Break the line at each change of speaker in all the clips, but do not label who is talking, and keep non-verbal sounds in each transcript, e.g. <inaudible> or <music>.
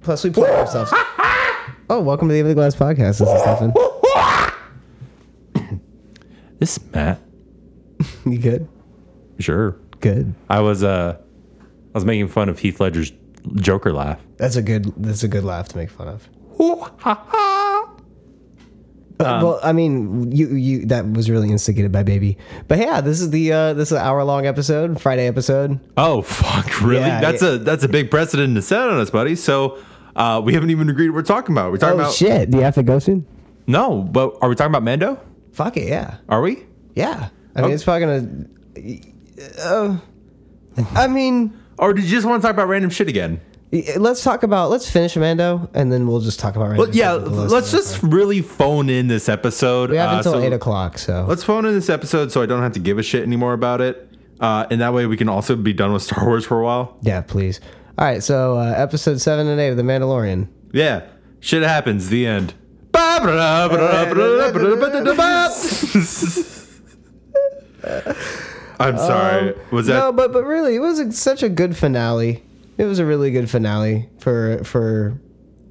Plus, we play <laughs> ourselves. Oh, welcome to the Over the Glass podcast. This is Stefan.
This is Matt.
You good?
Sure.
Good.
I was uh I was making fun of Heath Ledger's Joker laugh.
That's a good. That's a good laugh to make fun of.
That's
Uh, well, I mean, you you that was really instigated by baby. But yeah, this is the uh, this is an hour long episode, Friday episode.
Oh fuck, really?
Yeah,
that's a that's a big precedent to set on us, buddy. So uh, we haven't even agreed what we're talking about. We're
Oh
talking about
shit! Do you have to go soon?
No, but are we talking about Mando?
Fuck it, yeah,
Are we?
yeah. I mean, it's probably gonna. Uh, I mean,
Or did you just want to talk about random shit again?
let's talk about let's finish Mando, and then we'll just talk about.
But
random
yeah,
shit with the
let's
listeners.
just really phone in this episode. uh,
We have until
so
eight o'clock, uh, so
Let's phone in this episode so I don't have to give a shit anymore about it. Uh, and that way we can also be done with Star Wars for a while.
yeah, please. All right, so uh, episode seven and eight of The Mandalorian.
Yeah. Shit happens. The end. I'm <laughs> sorry. Was
no,
that
but but really, it was a, such a good finale. It was a really good finale for for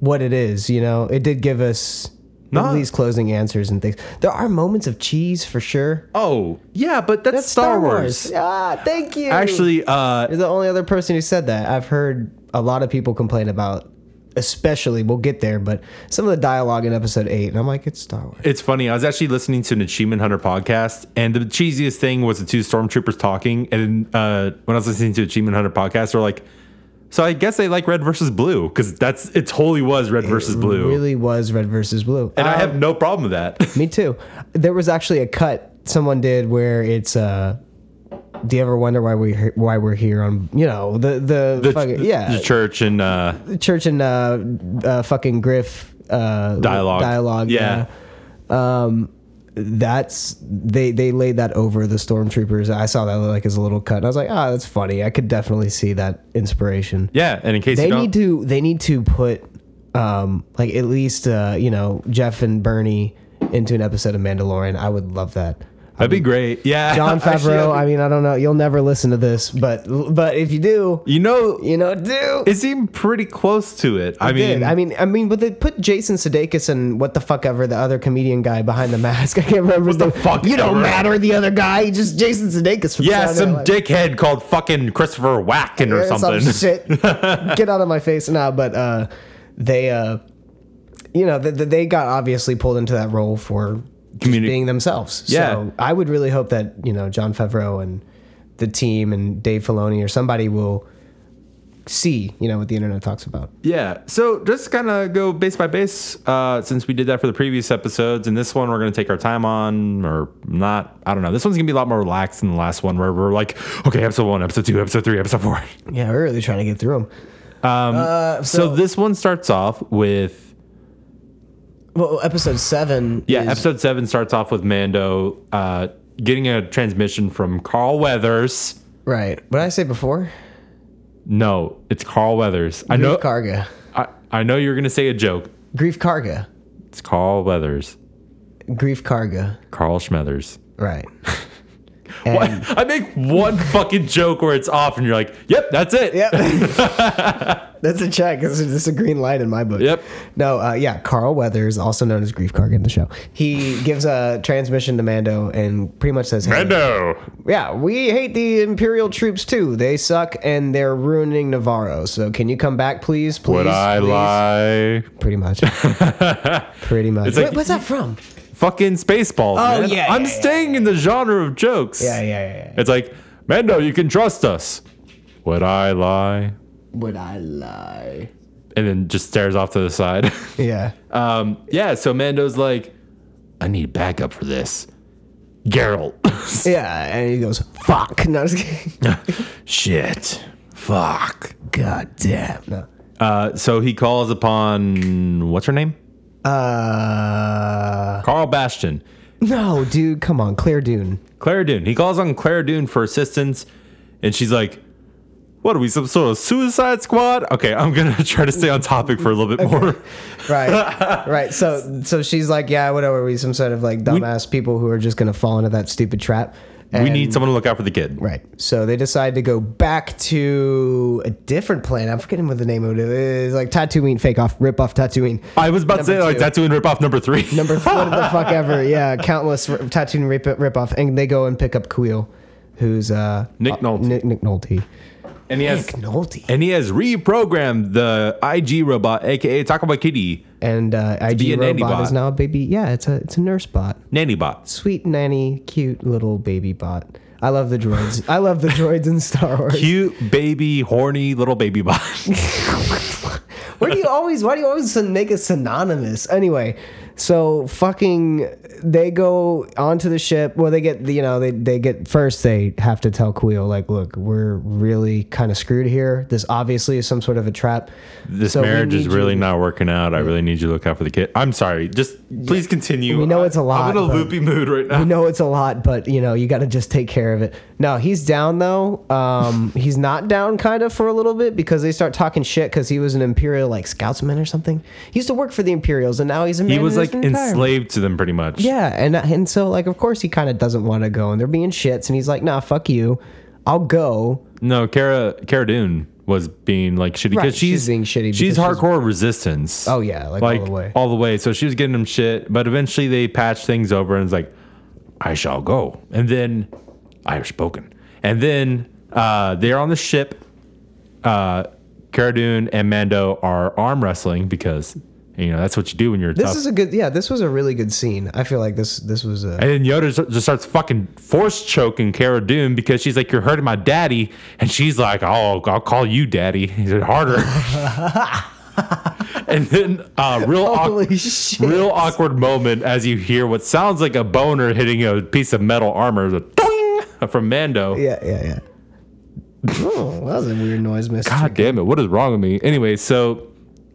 what it is. You know, it did give us
No.
at least closing answers and things. There are moments of cheese for sure.
Oh, yeah, but that's, Star Wars.
Ah, thank you.
Actually, uh
You're the only other person who said that. I've heard a lot of people complain about, especially, we'll get there, but some of the dialogue in episode 8, and I'm like, it's Star Wars.
It's funny. I was actually listening to an Achievement Hunter podcast, and the cheesiest thing was the two stormtroopers talking. And uh, when I was listening to Achievement Hunter podcast, they're like, "So I guess they like red versus blue because that's it. Totally was red versus blue,
really was red versus blue. Ah,
and I have no problem with that.
Me too. There was actually a cut someone did where it's, uh, do you ever wonder why we he- why we're here on you know the the,
The,
fucking, yeah
<laughs> the church and uh,
church and uh, uh fucking Griff uh
Dialogue.
dialogue
Yeah.
yeah. um that's they they laid that over the stormtroopers I saw that like as a little cut and I was like ah that's funny I could definitely see that inspiration
yeah. And in case
they
you don't,
need to they need to put um like at least uh you know Jeff and Bernie into an episode of Mandalorian I would love that
that'd be great. <laughs> Yeah,
John
Actually, that'd
Favreau
be-
I mean I don't know you'll never listen to this but but if you do
you know,
you know do
it seemed pretty close to it. I mean,
did. I mean, I mean, but they put Jason Sudeikis and what the fuck ever the other comedian guy behind the mask. <laughs> I can't remember what
the fuck
You don't
ever.
matter the other guy. you Just Jason Sudeikis. From
yeah,
Saturday
some
Night Live.
dickhead called fucking Christopher Wacken or
Yeah,
something.
Some shit. Get out of my face now. But uh, they, uh, you know, th- th- they got obviously pulled into that role for just
Communi-
being themselves.
Yeah.
So I would really hope that you know John Favreau and the team and Dave Filoni or somebody will see you know what the internet talks about.
<laughs> Yeah. So just kind of go base by base, uh, since we did that for the previous episodes, and this one we're gonna take our time on or not. I don't know. This one's gonna be a lot more relaxed than the last one, where we're like, okay, episode one, episode two, episode three, episode four.
Yeah, we're really trying to get through Uh, them.
Um, so this one starts off with
Well, episode seven.
Yeah,
is-
episode seven starts off with Mando uh, getting a transmission from Carl Weathers.
right. What did I say before?
No, it's Carl Weathers. I know.
Grief Karga.
I, I know you're gonna say a joke.
Grief Karga.
It's Carl Weathers.
Grief Karga.
Carl Schmeathers. <laughs>
Right. And,
I make
<laughs>
one fucking joke where it's off, and you're like, "Yep, that's it."
Yep.
<laughs>
That's a check. This is, this is a green light in my book.
Yep.
No, uh, yeah, Carl Weathers, also known as Grief Karga in the show, he gives a transmission to Mando and pretty much says, hey,
Mando.
yeah, we hate the Imperial troops too. They suck and they're ruining Navarro. So can you come back, please? Please.
Would I
please?"
lie?
Pretty
<laughs>
much. pretty much.
like-
Wait, what's that from?
Fucking Spaceballs. Oh
yeah,
I'm
yeah,
staying in the genre of jokes.
Yeah, yeah, yeah. yeah.
It's like Mando, you can trust us. Would I lie?
Would I lie?
And then just stares off to the side. <laughs>
Yeah.
um, yeah. So Mando's like, I need backup for this. Geralt. <laughs>
Yeah, and he goes, "Fuck!" <laughs> No, I'm just kidding.
Shit. Fuck.
God damn. No.
Uh, so he calls upon what's her name?
Uh,
Carl Bastion.
no, dude, come on, Claire Dune.
Claire Dune. He calls on Claire Dune for assistance, and she's like, "What are we, some sort of Suicide Squad?" Okay, I'm gonna <laughs> try to stay on topic for a little bit more. <laughs>
Right, right. So, so she's like, "Yeah, whatever. We some sort of like dumbass people who are just gonna fall into that stupid trap."
we need
And-
someone to look out for the kid.
Right. So they decide to go back to a different planet. I'm forgetting what the name of it is. Like Tatooine, fake off, rip off Tatooine.
I was about to say
Number
like
two.
tattoo and rip off number three.
Number
<laughs>
what the fuck ever. Yeah, countless r- Tatooine rip rip off, and they go and pick up Queel, who's uh
Nick
uh,
Nolte.
Nick, Nick Nolte.
and he has
Nick Nolte.
and he has reprogrammed the IG robot, aka Taco Bell Kitty
And uh,
be a
IG
nanny
robot
bot.
is now a baby. Yeah, it's a it's a nurse bot.
Nanny Bot.
Sweet nanny, cute little baby bot. I love the droids. I love the droids in Star Wars.
Cute baby, horny little baby bot.
<laughs> Why do you always? Why do you always make it synonymous? Anyway, so fucking, they go onto the ship. Well, they get you know they they get first. They have to tell Queel like, look, we're really kind of screwed here. This obviously is some sort of a trap.
this
So we
marriage is
need
really
you-
not working out. I really need you to look out for the kid. I'm sorry. Just please continue.
We know it's a lot,
I'm in a
but-
loopy mood right now.
I know it's a lot, but you know you got to just take care of it. No, he's down though. Um, <laughs> he's not down kind of for a little bit because they start talking shit because he was an imperial like scoutsman or something. He used to work for the Imperials and now he's a man
He was
in
like
his retirement.
enslaved to them pretty much.
Yeah, and and so like of course he kind of doesn't want to go, and they're being shits, and he's like, "Nah, fuck you, I'll go."
No, Cara Cara Dune was being like shitty because
Right,
she's
she's being shitty because
She's
she's-
hardcore resistance.
Oh, yeah, like, all the way.
all the way. So she was getting them shit, but eventually they patched things over and it's like, I shall go, and then I have spoken, and then uh, they're on the ship. Uh, Cara Dune and Mando are arm wrestling because you know that's what you do when you're
This
tough.
is a good, yeah, this was a really good scene. I feel like this this was a
and then Yoda just- just starts fucking force choking Cara Dune because she's like, "You're hurting my daddy," and she's like, "I'll I'll call you daddy." <laughs> He's like,
<laughs>
"Harder." and then uh, real awkward.
holy shit.
real awkward moment as you hear what sounds like a boner hitting a piece of metal armor the doing from Mando.
Yeah, yeah, yeah. <laughs> oh, that was a weird noise, Mister.
God damn it, what is wrong with me? Anyway, so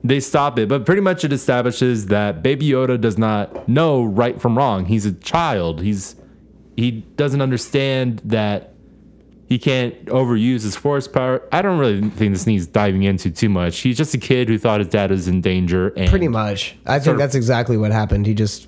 they stop it, but pretty much it establishes that Baby Yoda does not know right from wrong. He's a child. He's he doesn't understand that he can't overuse his force power. I don't really think this needs diving into too much. He's just a kid who thought his dad was in danger and
Pretty much, I think
of-
that's exactly what happened. He just,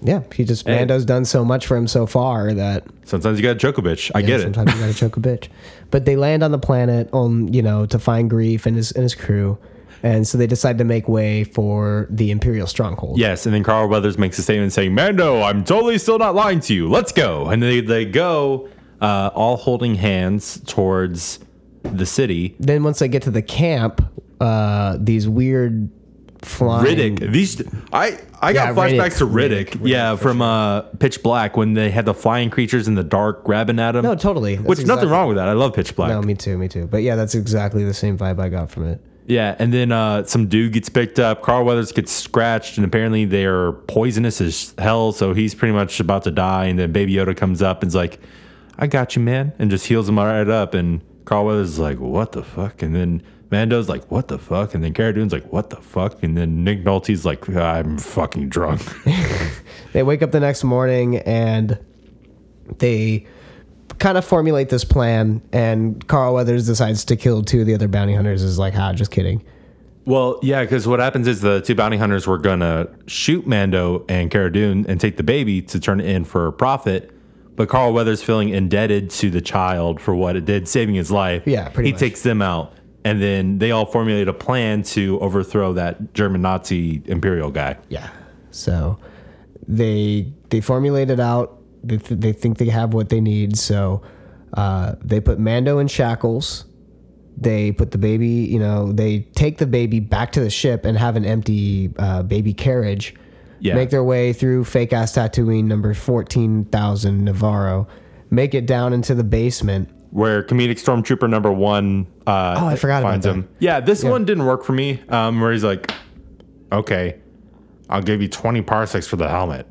yeah, he just Mando's done so much for him so far that
sometimes you gotta choke a bitch. I get it.
sometimes you gotta choke a bitch. But they land on the planet on you know to find Grief and his and his crew, and so they decide to make way for the Imperial stronghold.
Yes, and then Carl Weathers makes a statement saying, "Mando, I'm totally still not lying to you. Let's go." And they they go, uh, all holding hands towards the city.
then once they get to the camp, uh, these weird flying
Riddick, these I I
Yeah,
got
Riddick,
flashbacks to Riddick,
Riddick,
yeah, from uh, Pitch Black when they had the flying creatures in the dark grabbing at him.
No, totally. That's
Which nothing
exactly-
wrong with that. I love Pitch Black.
No, me too, me too. But yeah, that's exactly the same vibe I got from it.
Yeah, and then uh, some dude gets picked up. Carl Weathers gets scratched, and apparently they're poisonous as hell. So he's pretty much about to die. And then Baby Yoda comes up and's like, "I got you, man," and just heals him right up. And Carl Weathers is like, "What the fuck?" And then Mando's like, "What the fuck?" And then Cara Dune's like, "What the fuck?" And then Nick Nolte's like, "I'm fucking drunk."
They wake up the next morning and they kind of formulate this plan, and Carl Weathers decides to kill two of the other bounty hunters. Is like, ah, just kidding.
well, yeah, because what happens is the two bounty hunters were gonna shoot Mando and Cara Dune and take the baby to turn it in for profit. But Carl Weathers feeling indebted to the child for what it did, saving his life.
Yeah, pretty
he
much.
takes them out, and then they all formulate a plan to overthrow that German Nazi imperial guy.
Yeah. So they they formulate it out. They, th- they think they have what they need. So uh, they put Mando in shackles. They put the baby, you know, they take the baby back to the ship and have an empty uh, baby carriage.
Yeah.
Make their way through fake ass Tatooine number 14,000 Navarro. Make it down into the basement.
where comedic stormtrooper number one uh
Oh, I forgot about
finds
that.
him yeah this one didn't work for me um where he's like okay i'll give you 20 parsecs for the helmet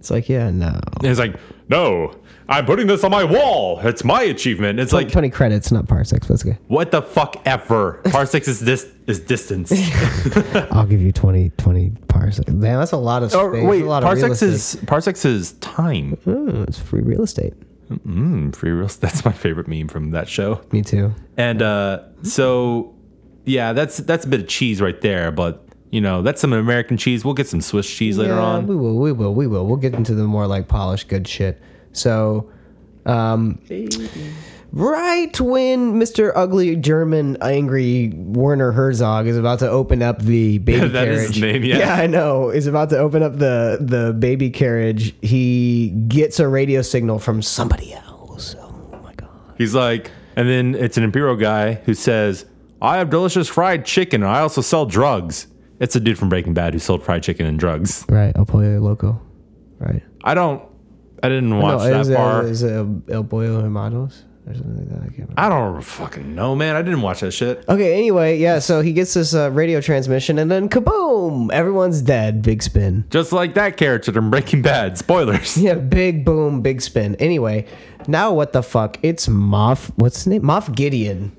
It's like, yeah, no.
and he's like no i'm putting this on my wall it's my achievement it's like
20 credits, not parsecs, but it's
<laughs>
okay.
what the fuck ever parsecs is this is distance
<laughs> I'll give you 20, 20 parsecs. Damn, that's a lot of space.
or Oh, wait
a lot of real
parsecs
estate.
is parsecs is time
Mm, it's free real estate.
mm, free real <laughs> that's my favorite meme from that show
Me too.
And uh, so, yeah, that's that's a bit of cheese right there. But you know, that's some American cheese. We'll get some Swiss cheese later
Yeah,
on.
we will, we will, we will. We'll get into the more like polished good shit. So Um, right when Mr. Ugly German Angry Werner Herzog is about to open up
<laughs>
the baby
That
carriage.
is his name, yeah.
I know. Is about to open up the the baby carriage. He gets a radio signal from somebody else. Oh my god.
He's like, and then it's an Imperial guy who says, I have delicious fried chicken and I also sell drugs. It's a dude from Breaking Bad who sold fried chicken and drugs.
Right, El Pollo Loco. Right.
I don't, I didn't watch
no, is
that
it,
far.
is it El, El Pollo Hermanos or something like that? I can't remember.
I don't fucking know, man. I didn't watch that shit.
Okay, anyway, yeah, so he gets this uh, radio transmission and then kaboom! Everyone's dead. Big spin.
Just like that character from Breaking Bad. <laughs> Spoilers.
Yeah, big boom, big spin. Anyway, now what the fuck? It's Moff. What's his name? Moff Gideon.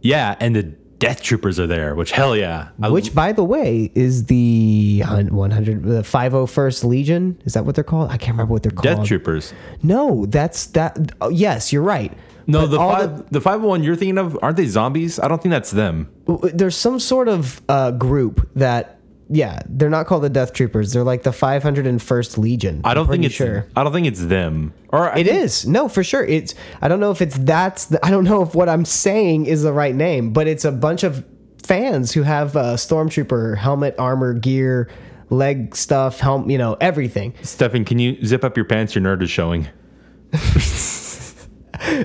Yeah, and the Death Troopers are there, which hell yeah. I,
Which, by the way, is the hun- uh, 100, the 501st Legion. Is that what they're called? I can't remember what they're called.
Death Troopers.
No, that's that. Oh, yes, you're right.
No,
But
the
all
five, the, 501 you're thinking of, aren't they zombies? I don't think that's them.
the- there's some sort of uh, group that, yeah, they're not called the Death Troopers. They're like the 501st Legion.
I don't think it's
sure.
I don't think it's them. Or I
It is no, for sure. It's I don't know if it's that's the, I don't know if what I'm saying is the right name, but it's a bunch of fans who have uh, stormtrooper helmet, armor, gear, leg stuff, helm, you know, everything.
Stefan, can you zip up your pants? Your nerd is showing.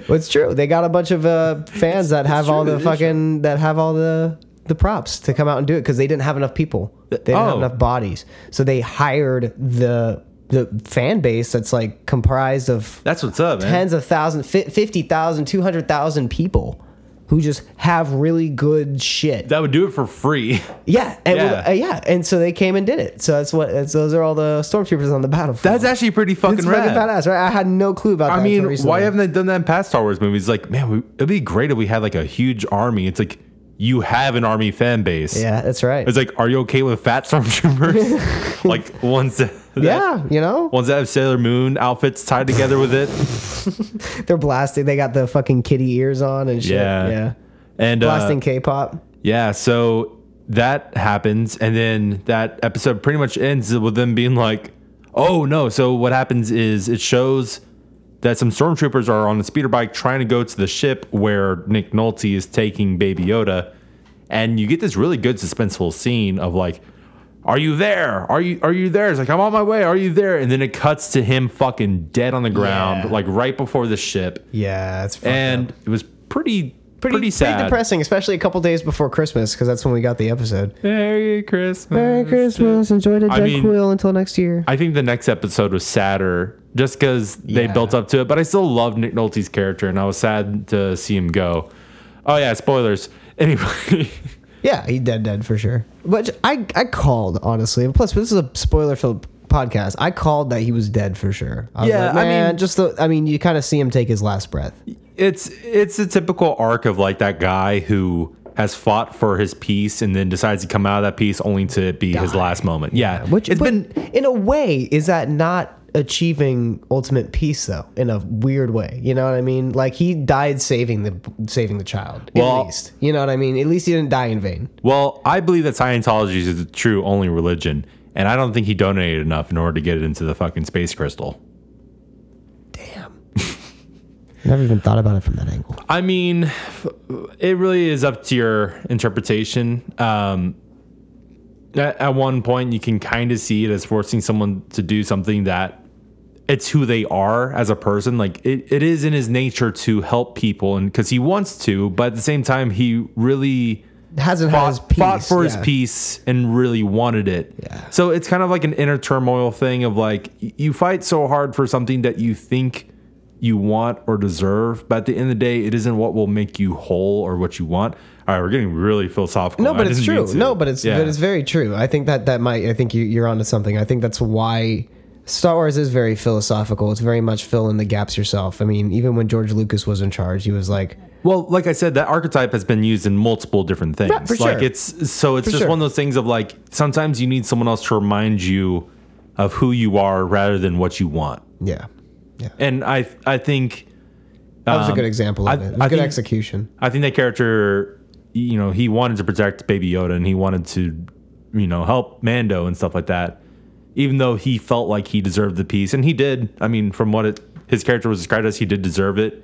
But it's true. They got a bunch of uh, fans that have all the fucking that have all the the props to come out and do it because they didn't have enough people. They didn't have
Oh.
enough bodies, so they hired the the fan base that's like comprised of
That's what's up, man.
tens of thousands, fi- 50,000, 200,000 people who just have really good shit.
That would do it for free.
yeah, and
Yeah.
yeah. Uh, yeah, and so they came and did it. So that's what that's, those are all the stormtroopers on the battlefield.
That's actually pretty fucking
It's
rad.
fucking badass, right? I had no clue about that.
I
until
mean,
recently.
why haven't they done that in past Star Wars movies? Like, man, we, it'd be great if we had like a huge army. It's like you have an army fan base.
Yeah, that's right.
It's like, are you okay with fat
<laughs>
<laughs> stormtroopers? like ones that,
yeah, you know,
ones that have Sailor Moon outfits tied together with it.
they're blasting. They got the fucking kitty ears on and shit.
Yeah.
Yeah,
And uh,
blasting K-pop.
Yeah, so that happens, and then that episode pretty much ends with them being like, "Oh no!" So what happens is it shows that some stormtroopers are on a speeder bike trying to go to the ship where Nick Nolte is taking Baby Yoda, and you get this really good suspenseful scene of like, "Are you there? Are you are you there?" It's like, "I'm on my way. Are you there?" And then it cuts to him fucking dead on the ground,
Yeah.
like right before the ship,
Yeah, it's
and it was pretty. Pretty, sad.
pretty depressing, especially a couple days before Christmas because that's when we got the episode.
Merry Christmas.
Merry Christmas. Enjoy the
I mean-
Jack Quill until next year.
I think the next episode was sadder just because they
Yeah.
built up to it, but I still love Nick Nolte's character and I was sad to see him go. Oh, yeah, spoilers. <laughs> Anyway,
Yeah, he dead dead for sure. But I I called honestly. Plus, this is a spoiler filled podcast. I called that he was dead for sure. I was
Yeah,
like,
I mean-
"Man," just the I mean, you kind of see him take his last breath.
it's it's a typical arc of like that guy who has fought for his piece and then decides to come out of that piece only to be his last moment. Yeah,
Which
it's
it's
been
in a way is that not achieving ultimate peace though in a weird way you know what i mean like he died saving the saving the child
Well-
at least you know what i mean at least he didn't die in vain
well, I believe that Scientology is the true only religion, and I don't think he donated enough in order to get it into the fucking space crystal.
<laughs> damn never even thought about it from that angle
I mean, f- it really is up to your interpretation. Um, at, at one point, you can kind of see it as forcing someone to do something that it's who they are as a person. Like it, it is in his nature to help people, and because he wants to, but at the same time, he really
hasn't had his
fought,
peace
fought for his
yeah.
peace and really wanted it.
Yeah.
So it's kind of like an inner turmoil thing of like y- you fight so hard for something that you think you want or deserve, but at the end of the day, it isn't what will make you whole or what you want. All right, we're getting really philosophical.
No,
I
but it's
didn't mean
true.
to.
No, but it's
Yeah.
but it's very true. I think that that might. I think you, you're onto something. I think that's why Star Wars is very philosophical. It's very much fill in the gaps yourself. I mean, even when George Lucas was in charge, he was like,
Well, like I said, that archetype has been used in multiple different things.
for
like
sure.
it's so it's just
sure.
one of those things of like sometimes you need someone else to remind you of who you are rather than what you want.
yeah, yeah.
And I I think
That was
um,
a good example of
I-
it. it was
I
good
think-
execution.
I think that character, you know, he wanted to protect Baby Yoda and he wanted to, you know, help Mando and stuff like that. Even though he felt like he deserved the peace, and he did. I mean, from what it, his character was described as, he did deserve it.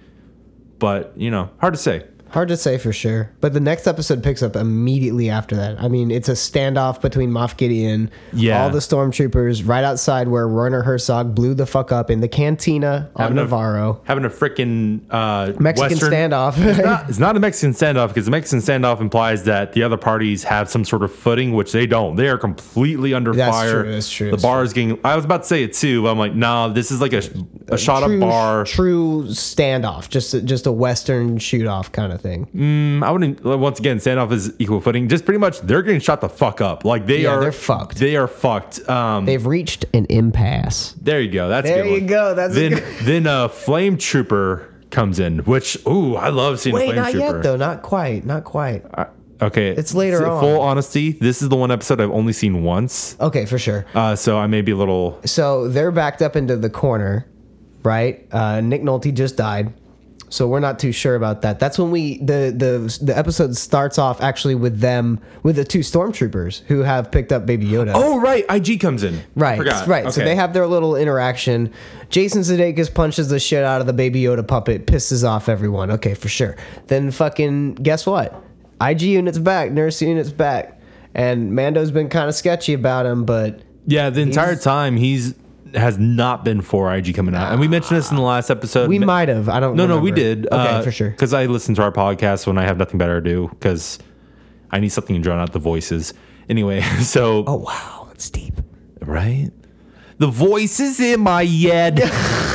But you know, hard to say.
Hard to say for sure, but the next episode picks up immediately after that. I mean, it's a standoff between Moff Gideon,
Yeah.
all the stormtroopers, right outside where Werner Herzog blew the fuck up in the cantina on
Having a-
Navarro.
Having a freaking uh,
Mexican
Western, <laughs>
standoff.
not- it's not a Mexican standoff because the Mexican standoff implies that the other parties have some sort of footing, which they don't. They are completely under
That's
fire.
true, that's true,
The
that's
bar is getting. I was about to say it too, but I'm like, nah, this is like a, a shot up
true,
bar.
true standoff, just a, just a Western shoot off kind of thing.
Mm, I wouldn't. Once again, standoff is equal footing. Just pretty much, they're getting shot the fuck up. Like they
Yeah,
are.
they're fucked.
They are fucked. Um,
They've reached an impasse.
there you go. That's a
There
good
you
one.
go, that's a
then
good-
<laughs> then uh, flame trooper comes in, which ooh, I love seeing a
Wait,
flame
not
trooper.
yet though. Not quite. Not quite.
Okay,
It's later
Full
on.
Full honesty, this is the one episode I've only seen once.
Okay, for sure.
Uh, so I may be a little.
So they're backed up into the corner, right? Uh, Nick Nolte just died, so we're not too sure about that. That's when we the the the episode starts off actually with them with the two stormtroopers who have picked up Baby Yoda.
Oh right, IG comes in.
Right,
Forgot.
right. So
Okay.
they have their little interaction. Jason Sudeikis punches the shit out of the Baby Yoda puppet, pisses off everyone. Okay, for sure. Then fucking guess what? IG unit's back, nurse unit's back, and Mando's been kind of sketchy about him, but
Yeah, the entire time he's has not been for IG coming out, and we mentioned this in the last episode.
we
Ma-
might have. I don't.
No, no, we did. Uh,
Okay, for sure.
Because I listen to our podcast when I have nothing better to do because I need something to drown out the voices. Anyway, <laughs> so
Oh wow, it's deep.
right, the voices in my head.
<laughs>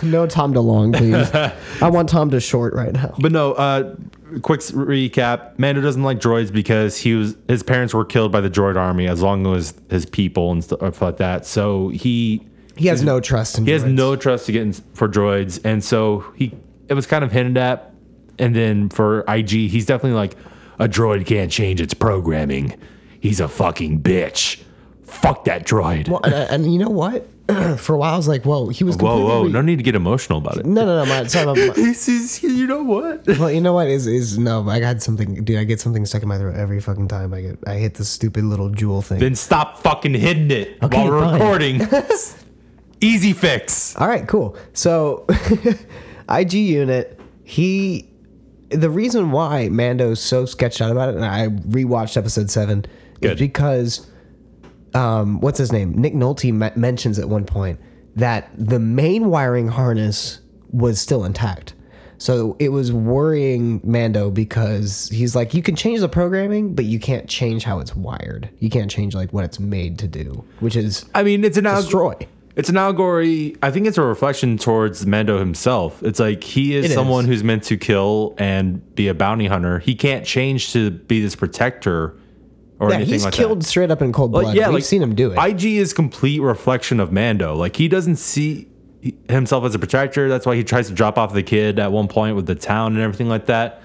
No Tom DeLong, please. I want Tom to short right now.
<laughs> But no, uh, quick s- recap: Mando doesn't like droids because he was his parents were killed by the droid army, as long as his people and stuff like that. So he
He has no trust in.
he has no trust to get in, for droids, and so he it was kind of hinted at. And then for IG, he's definitely like a droid can't change its programming. He's a fucking bitch. Fuck that droid.
And, and you know what? <clears throat> For a while, I was like, "Whoa, he was."
whoa,
completely
whoa!
re-
No need to get emotional about it.
no, no, no. My, sorry, my, my-
This is you know what.
well, you know what is is no. I had something, dude. I get something stuck in my throat every fucking time I get. I hit this stupid little jewel thing.
Then stop fucking hitting it
Okay,
while we're
fine.
recording. <laughs> Easy fix.
All right, cool. So, <laughs> IG unit, he. The reason why Mando's so sketched out about it, and I rewatched episode seven,
Good.
is because, um, what's his name? Nick Nolte me- mentions at one point that the main wiring harness was still intact. So it was worrying Mando because he's like, you can change the programming, but you can't change how it's wired. You can't change like what it's made to do, which is
I mean, it's an allegory.
destroy.
It's an allegory. I think it's a reflection towards Mando himself. It's like he is
It is.
someone who's meant to kill and be a bounty hunter. He can't change to be this protector or
Yeah,
anything
he's
like that.
killed straight up in cold blood.
Like, yeah,
We've
like,
seen him do it.
IG is complete reflection of Mando. Like he doesn't see himself as a protector. That's why he tries to drop off the kid at one point with the town and everything like that.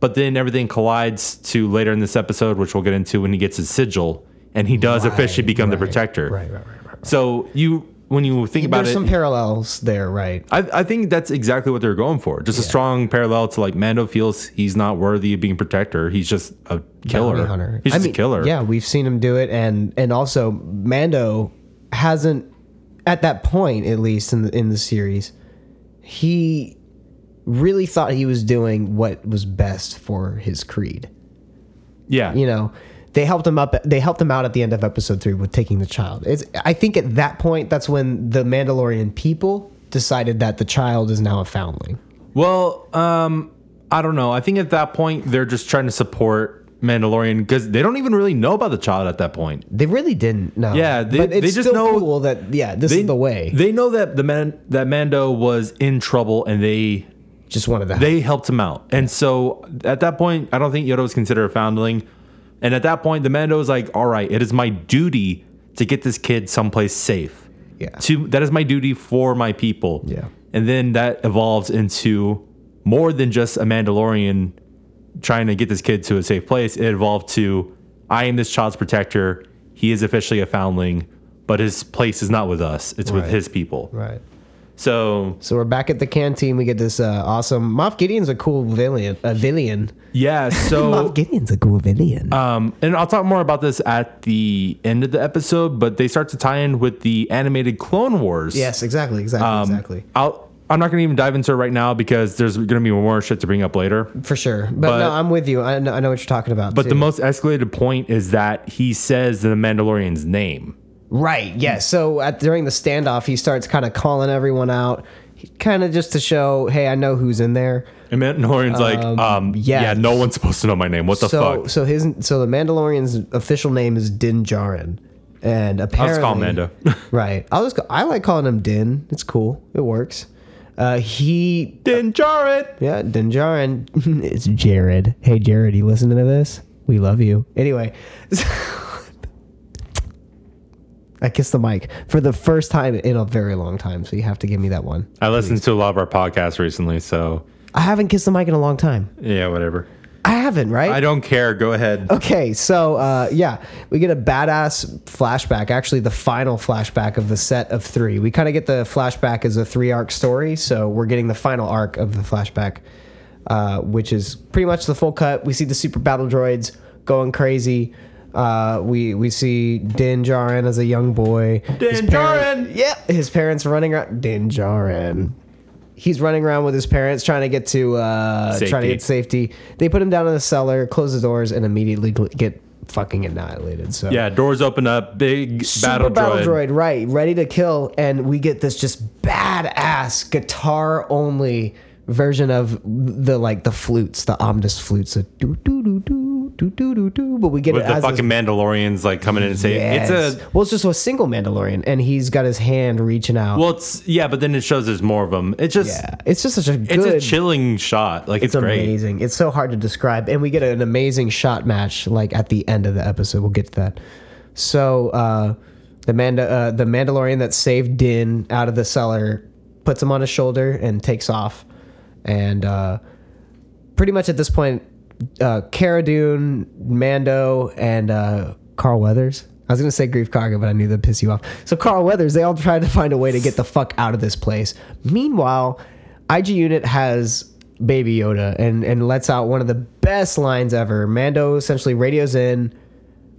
But then everything collides to later in this episode, which we'll get into when he gets his sigil, and he does officially become the protector.
right, right, right, right.
So you, when you think about
There's
it,
some parallels there, right?
I, I think that's exactly what they're going for. Just a strong parallel to like Mando feels he's not worthy of being protector. He's just a killer.
Bounty hunter.
He's
I
just
mean,
a killer.
Yeah, we've seen him do it, and and also Mando hasn't, at that point at least in the in the series, he really thought he was doing what was best for his creed.
Yeah.
you know they helped him up they helped him out at the end of episode three with taking the child it's i think at that point that's when the mandalorian people decided that the child is now a foundling
Well, um, I don't know. I think at that point they're just trying to support Mandalorian because they don't even really know about the child at that point.
they really didn't know
Yeah, they-
but it's
they just
still
know-
cool that yeah this
They,
is the way
They know that the man that Mando was in trouble and they
just wanted to
they helped him out. And so at that point, I don't think Yoda was considered a foundling. And at that point, the Mando is like, "All right, it is my duty to get this kid someplace safe.
Yeah.
to that is my duty for my people.
Yeah.
and then that evolves into more than just a Mandalorian trying to get this kid to a safe place. It evolved to, I am this child's protector. He is officially a foundling, but his place is not with us. It's with
Right.
his people.
right
So
so we're back at the canteen we get this uh, awesome moff gideon's a cool villain a villain
yeah,
<laughs>
so
moff gideon's a cool villain
Um, and I'll talk more about this at the end of the episode, but they start to tie in with the animated Clone Wars.
yes exactly exactly
Um,
exactly
I'll I'm not going to even dive into it right now because there's going to be more shit to bring up later.
for sure. But, no,
But-
I'm with you. I know, I know what you're talking about.
But
too.
the most escalated point is that he says the Mandalorian's name.
Right. Yeah. So at during the standoff, he starts kind of calling everyone out, kind of just to show, hey, I know who's in there.
And Mandalorian's like, um,
yeah.
yeah. no one's supposed to know my name. What the
so
fuck?
so his so the Mandalorian's official name is Din Djarin, and apparently
Let's call Mando.
<laughs> right. I'll just call, I like calling him Din. It's cool. It works. Uh, he
Din Djarin.
yeah Din Djarin. <laughs> it's Jared. Hey Jared, you listening to this? We love you. Anyway. <laughs> I kissed the mic for the first time in a very long time, so you have to give me that one.
I listened to a lot of our podcasts recently, so
I haven't kissed the mic in a long time.
yeah, whatever.
I haven't, right?
I don't care. Go ahead.
okay, so uh, yeah, we get a badass flashback. Actually, the final flashback of the set of three. We kind of get the flashback as a three arc story, so we're getting the final arc of the flashback, uh, which is pretty much the full cut. We see the super battle droids going crazy. Uh, we we see Din Djarin as a young boy. His
Din
parent-
Djarin!
yeah, his parents running around. Din Djarin. He's running around with his parents, trying to get to uh, trying to
Safety.
get safety. They put him down in the cellar, close the doors, and immediately gl- get fucking annihilated. So
Yeah, doors open up. Big
Super
battle, droid.
right? Ready to kill, and we get this just badass guitar only version of the like the flutes, the omnis flutes, the do do do do do do do do. But we get
With
it
the
as this-
fucking Mandalorians like coming in and saying
Yes.
it's a
well, it's just a single Mandalorian, and he's got his hand reaching out.
well, it's yeah, but then it shows there's more of them. It's just
yeah, it's just such a good.
it's a chilling shot. Like it's,
It's
great.
amazing. It's so hard to describe, and we get an amazing shot match like at the end of the episode. We'll get to that. So uh, the Manda, uh, the Mandalorian that saved Din out of the cellar, puts him on his shoulder and takes off. And uh, pretty much at this point, uh, Cara Dune, Mando, and uh, Carl Weathers. I was gonna say Grief Karga, but I knew that'd piss you off. So Carl Weathers, they all tried to find a way to get the fuck out of this place. Meanwhile, IG Unit has Baby Yoda and and lets out one of the best lines ever. Mando essentially radios in.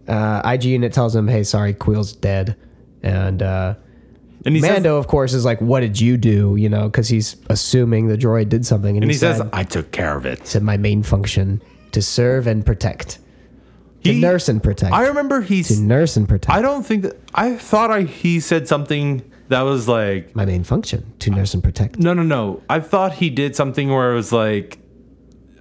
Uh, IG Unit tells him, "Hey, sorry, Quill's dead," and uh,
And he says
Mando, of course, is like, "What did you do?" You know, because he's assuming the droid did something, and,
and
he,
he
said,
says I took care of it.
to my main function to serve and protect, to
He-
nurse and protect,
I remember he's
to nurse and protect.
I don't think that I thought I he said something that was like
my main function to nurse and protect.
no no no. I thought he did something where it was like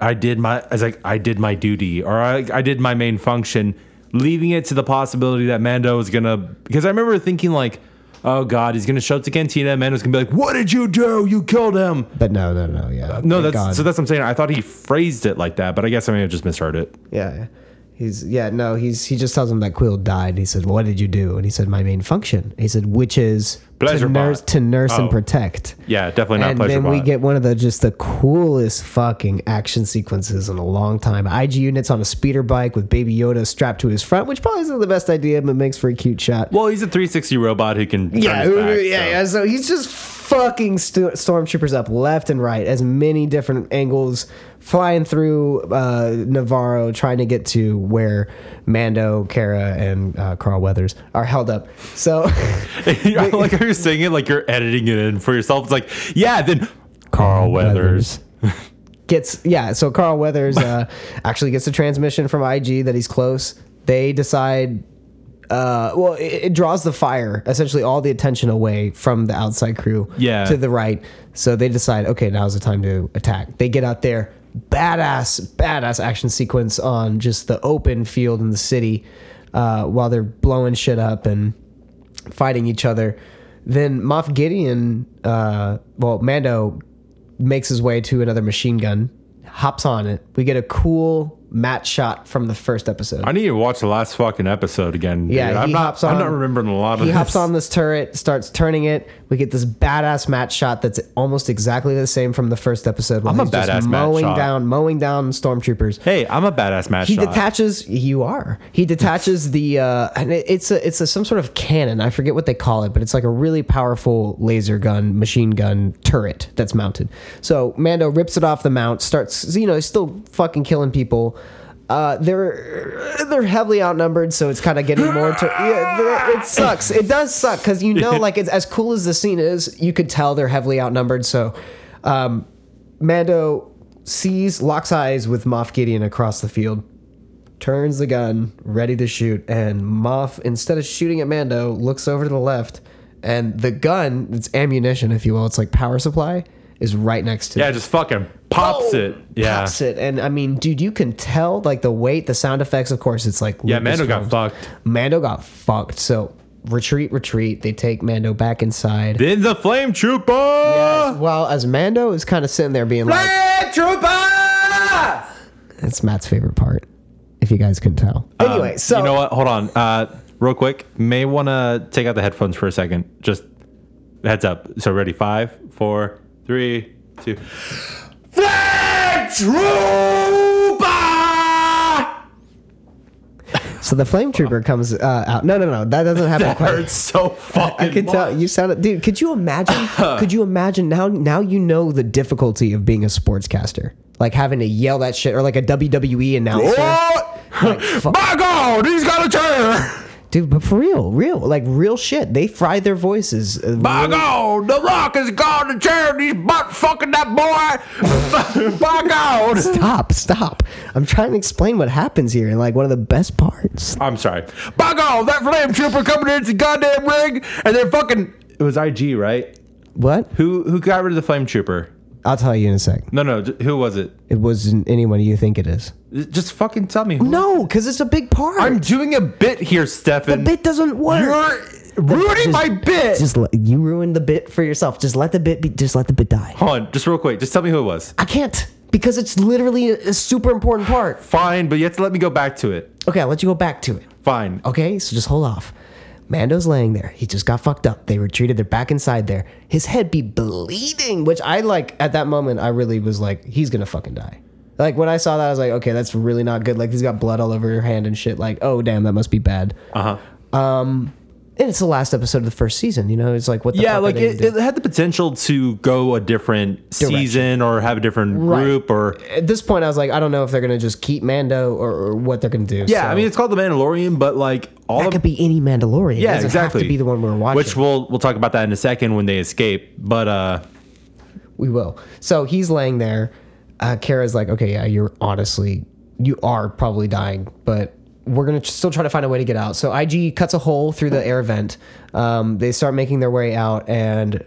I did my I was like I did my duty or I I did my main function, leaving it to the possibility that Mando was gonna because I remember thinking like oh god he's gonna show up to Cantina and Mando's gonna be like what did you do you killed him
But no, no, no, yeah,
Uh, no
Thank
that's so that's what I'm saying I thought he phrased it like that but I guess I may have just misheard it
yeah. yeah. He's yeah no he's he just tells him that Quill died. And he said, "What did you do?" And he said, "My main function." And he said, "Which is to
Pleasure bot.
nurse to nurse and
Oh.
protect."
yeah definitely not
and
pleasure
then we
bot.
get one of the just the coolest fucking action sequences in a long time. IG units on a speeder bike with Baby Yoda strapped to his front, which probably isn't the best idea, but makes for a cute shot.
well he's a 360 robot who can turn
Yeah,
his back,
yeah,
so.
yeah. So he's just fucking stu- stormtroopers up left and right, as many different angles, flying through uh, Navarro, trying to get to where Mando, Cara, and uh, Carl Weathers are held up. So <laughs>
I like how <laughs> you're saying it like you're editing it in for yourself. It's like, yeah, then Carl Weathers.
gets yeah. So Carl Weathers uh, <laughs> actually gets a transmission from IG that he's close. They decide. Uh, well, it, it draws the fire, essentially all the attention away from the outside crew
Yeah.
to the right. So they decide, okay, now's the time to attack. They get out there, badass, badass action sequence on just the open field in the city uh, while they're blowing shit up and fighting each other. Then Moff Gideon, uh, well, Mando makes his way to another machine gun, hops on it. We get a cool matte shot from the first episode.
I need to watch the last fucking episode again. dude.
Yeah, he
I'm not.
hops
I'm
on-
not remembering a lot of.
He
this.
hops on this turret, starts turning it. We get this badass match shot that's almost exactly the same from the first episode. where
I'm a
he's just
badass match
mowing
shot.
down, mowing down stormtroopers.
Hey, I'm a badass match
He
shot.
detaches. You are. He detaches the. Uh, and it- it's a. It's a some sort of cannon. I forget what they call it, but it's like a really powerful laser gun, machine gun turret that's mounted. So Mando rips it off the mount. Starts. You know, he's still fucking killing people. Uh, they're they're heavily outnumbered, so it's kind of getting more to. Yeah, th- it sucks. It does suck because you know, like it's as cool as the scene is, you could tell they're heavily outnumbered. So, um, Mando sees locks eyes with Moff Gideon across the field, turns the gun, ready to shoot, and Moff instead of shooting at Mando, looks over to the left, and the gun, it's ammunition, if you will, it's like power supply, is right next to.
Yeah, just fucking pops
Boom!
it. Yeah.
Pops it. And I mean, dude, you can tell like the weight, the sound effects, of course, it's like
Yeah, Mando got
Lucasfilm.
fucked.
Mando got fucked. So retreat, retreat. They take Mando back inside.
Then the flame trooper.
As- well, as Mando is kind of sitting there being like,
Flame trooper.
that's Matt's favorite part, if you guys can tell. Um, Anyway, so
you know what? Hold on, uh, real quick. May want to take out the headphones for a second. Just heads up. So ready? Five, four, three, two. Flag trooper.
so the flame trooper comes uh, out. No, no, no, that doesn't happen
<laughs> That
quite.
hurts so fucking.
I can
much.
tell you sounded, dude. Could you
<coughs>
imagine? could you imagine now? Now you know the difficulty of being a sportscaster, like having to yell that shit, or like a WWE announcer.
What? <laughs>
Like, fuck.
My Oh, God, he's got a chair.
Dude, but for real, real, like real shit. They fry their voices. Uh,
By God, the rock has got a chair and he's butt fucking that boy. <laughs> By God.
Stop, stop. I'm trying to explain what happens here and like one of the best parts.
I'm sorry. By God, that flame trooper coming into the goddamn rig and they're fucking. It was IG, right?
What?
Who who got rid of the flame trooper?
I'll tell you in a sec.
No, no. j- Who was it?
It wasn't anyone you think it is.
J- Just fucking tell me.
No, because it's a big part.
I'm doing a bit here, Stefan.
the bit doesn't work.
You're ruining
Just-
my bit.
Just let, you ruined the bit for yourself. Just let the bit be. Just let the bit die.
Hold on, just real quick. Just tell me who it was.
I can't because it's literally a, a super important part.
Fine, but you have to let me go back to it.
Okay, I'll let you go back to it.
Fine.
Okay, so just hold off. Mando's laying there. He just got fucked up. They retreated. They're back inside there. His head be bleeding, which I like at that moment. I really was like, he's gonna fucking die. Like when I saw that, I was like, okay, that's really not good. Like he's got blood all over her hand and shit. Like, oh damn, that must be bad.
Uh huh.
And it's the last episode of the first season. You know, it's like what the
Yeah,
fuck
like
are they
it,
gonna
it had the potential to go a different season or have a different group or
do? at this point, I was like, I don't know if they're gonna just keep Mando or, or what they're gonna do.
Yeah,
So,
I mean it's called The Mandalorian, but like all
that
of
could be any Mandalorian. it
yeah,
doesn't
exactly.
Have to be the one we're watching.
Which we'll we'll talk about that in a second when they escape. But uh,
we will. So he's laying there. Uh, Kara's like, okay, yeah, you're honestly, you are probably dying, but we're gonna still try to find a way to get out. So IG cuts a hole through the air vent. Um, they start making their way out, and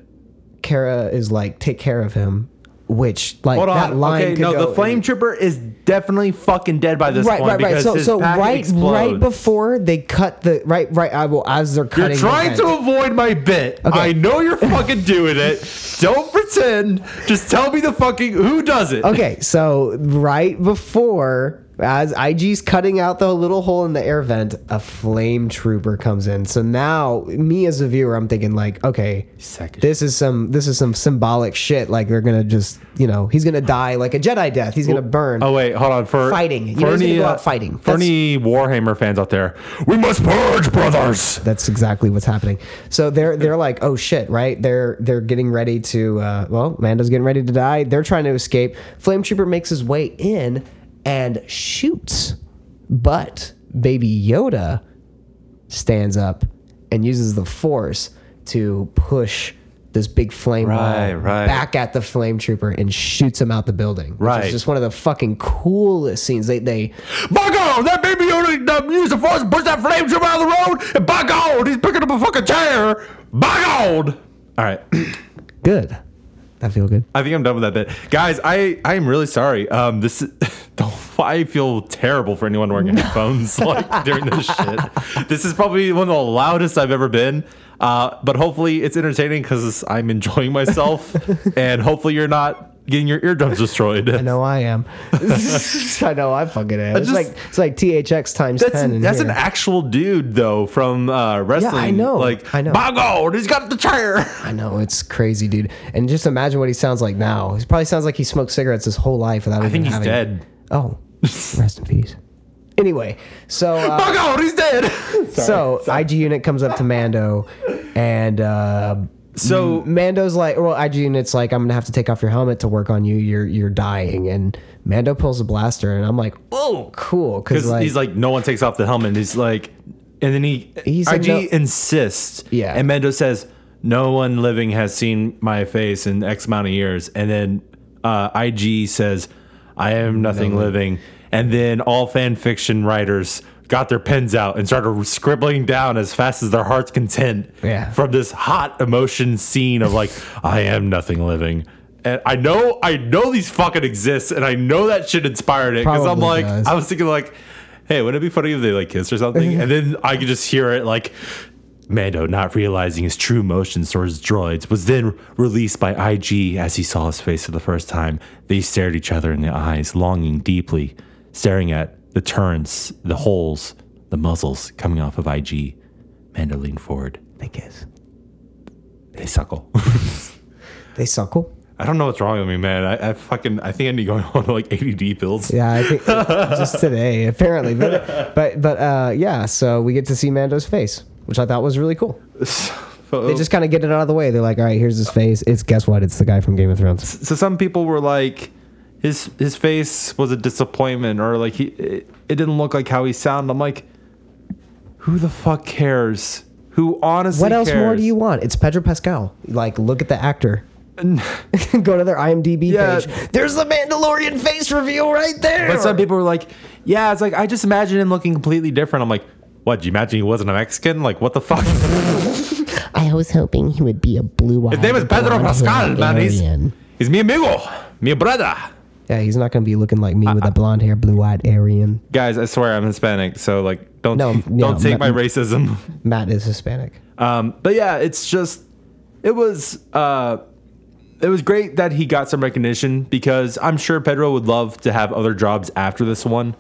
Kara is like, take care of him. Which like
hold
that
on,
line
okay,
could
no,
go
the flame trooper is definitely fucking dead by this
Right,
point
right, right.
because
So,
his
so
pack
right, right
explodes.
before they cut the right, right. I will as they're cutting.
You're
the
trying
vent.
to avoid my bit. I know you're fucking doing it. Don't pretend. Just tell me the fucking who does it.
Okay, so right before as IG's cutting out the little hole in the air vent, a flame trooper comes in. So now me as a viewer, I'm thinking like, okay,
Second.
this is some this is some symbolic shit. Like they're gonna just you know, he's gonna die like a Jedi death. He's gonna burn.
Oh wait, hold on for
Fighting. You know he's gonna go out fighting.
For any Warhammer fans out there, we must purge, brothers.
That's exactly what's happening. So they're they're like, oh shit, right? They're they're getting ready to uh, well, Mando's getting ready to die. They're trying to escape. Flame Trooper makes his way in and shoots, but Baby Yoda stands up and uses the Force to push this big flame ball
Right, right.
back at the Flame Trooper and shoots him out the building. which is
Right.
just one of the fucking coolest scenes. They they
By God, that baby Yoda uh, used the force to push that flame trooper out of the road, and by God, he's picking up a fucking chair. By God. All right,
good. That feel good.
I think I'm done with that bit, guys. I I am really sorry. Um, this is- <laughs> don't- I feel terrible for anyone wearing headphones like during this shit. This is probably one of the loudest I've ever been. Uh, but hopefully it's entertaining because I'm
<laughs>
enjoying myself, and hopefully you're not getting your eardrums destroyed.
I know I am. <laughs> I know I fucking am. It's
just-
like it's like THX times
That's,
ten. in
that's an
here.
actual dude though from uh, wrestling.
know.
Like
I know.
By God, he's got the chair.
I know it's crazy, dude. And just imagine what he sounds like now. He probably sounds like he smoked cigarettes his whole life without
I
even
think he's
having.
dead.
Oh, rest in peace. Anyway, so uh, <laughs>
By God, he's dead.
so IG unit comes up to Mando, and uh,
So
Mando's like, well, IG Unit's like, I'm gonna have to take off your helmet to work on you. You're you're dying. And Mando pulls a blaster, and I'm like, oh, cool, because
Because
like,
he's like, no one takes off the helmet. And he's like, and then he,
He's like,
IG
no-
insists.
Yeah.
And Mendo says, no one living has seen my face in X amount of years. And then uh, IG says, I am nothing living. And then all fan fiction writers got their pens out and started scribbling down as fast as their heart's content
Yeah.
from this hot emotion scene of <laughs> like, I am nothing living. And I know, I know these fucking exist, and I know that shit inspired it because I'm
Probably
like,
does.
I was thinking like, hey, wouldn't it be funny if they like kissed or something? and then I could just hear it like, Mando, not realizing his true motions or his droids, was then released by IG as he saw his face for the first time. They stared each other in the eyes, longing deeply, staring at the turns, the holes, the muzzles coming off of IG. Mando leaned forward.
they kiss,
They suckle. <laughs>
they suckle.
I don't know what's wrong with me, man. I, I fucking I think I need to go <laughs> on like ADD pills.
Yeah, I think uh, just today <laughs> apparently, but but but uh, yeah. So we get to see Mando's face, which I thought was really cool. They just kind of get it out of the way. They're like, all right, here's his face. It's guess what? It's the guy from Game of Thrones.
so some people were like his his face was a disappointment or like he it, it didn't look like how he sounded i'm like who the fuck cares who honestly
What else more
cares?
do you want? It's Pedro Pascal. Like, look at the actor. <laughs> Go to their IMDb
Yeah.
page. There's the Mandalorian face reveal right there.
<laughs> but some people were like yeah it's like i just imagine him looking completely different i'm like what do you imagine he wasn't a mexican like what the fuck <laughs>
I was hoping he would be a blue-eyed.
his name is pedro
blonde-haired
pascal man he's,
Aryan.
he's mi amigo mi brother
yeah, he's not gonna be looking like me with a blonde hair, blue eyed Aryan.
guys i swear i'm hispanic so like don't
No,
don't
no,
take my
no.
racism
Matt is Hispanic.
Um, but yeah, it's just it was uh, it was great that he got some recognition because I'm sure Pedro would love to have other jobs after this one.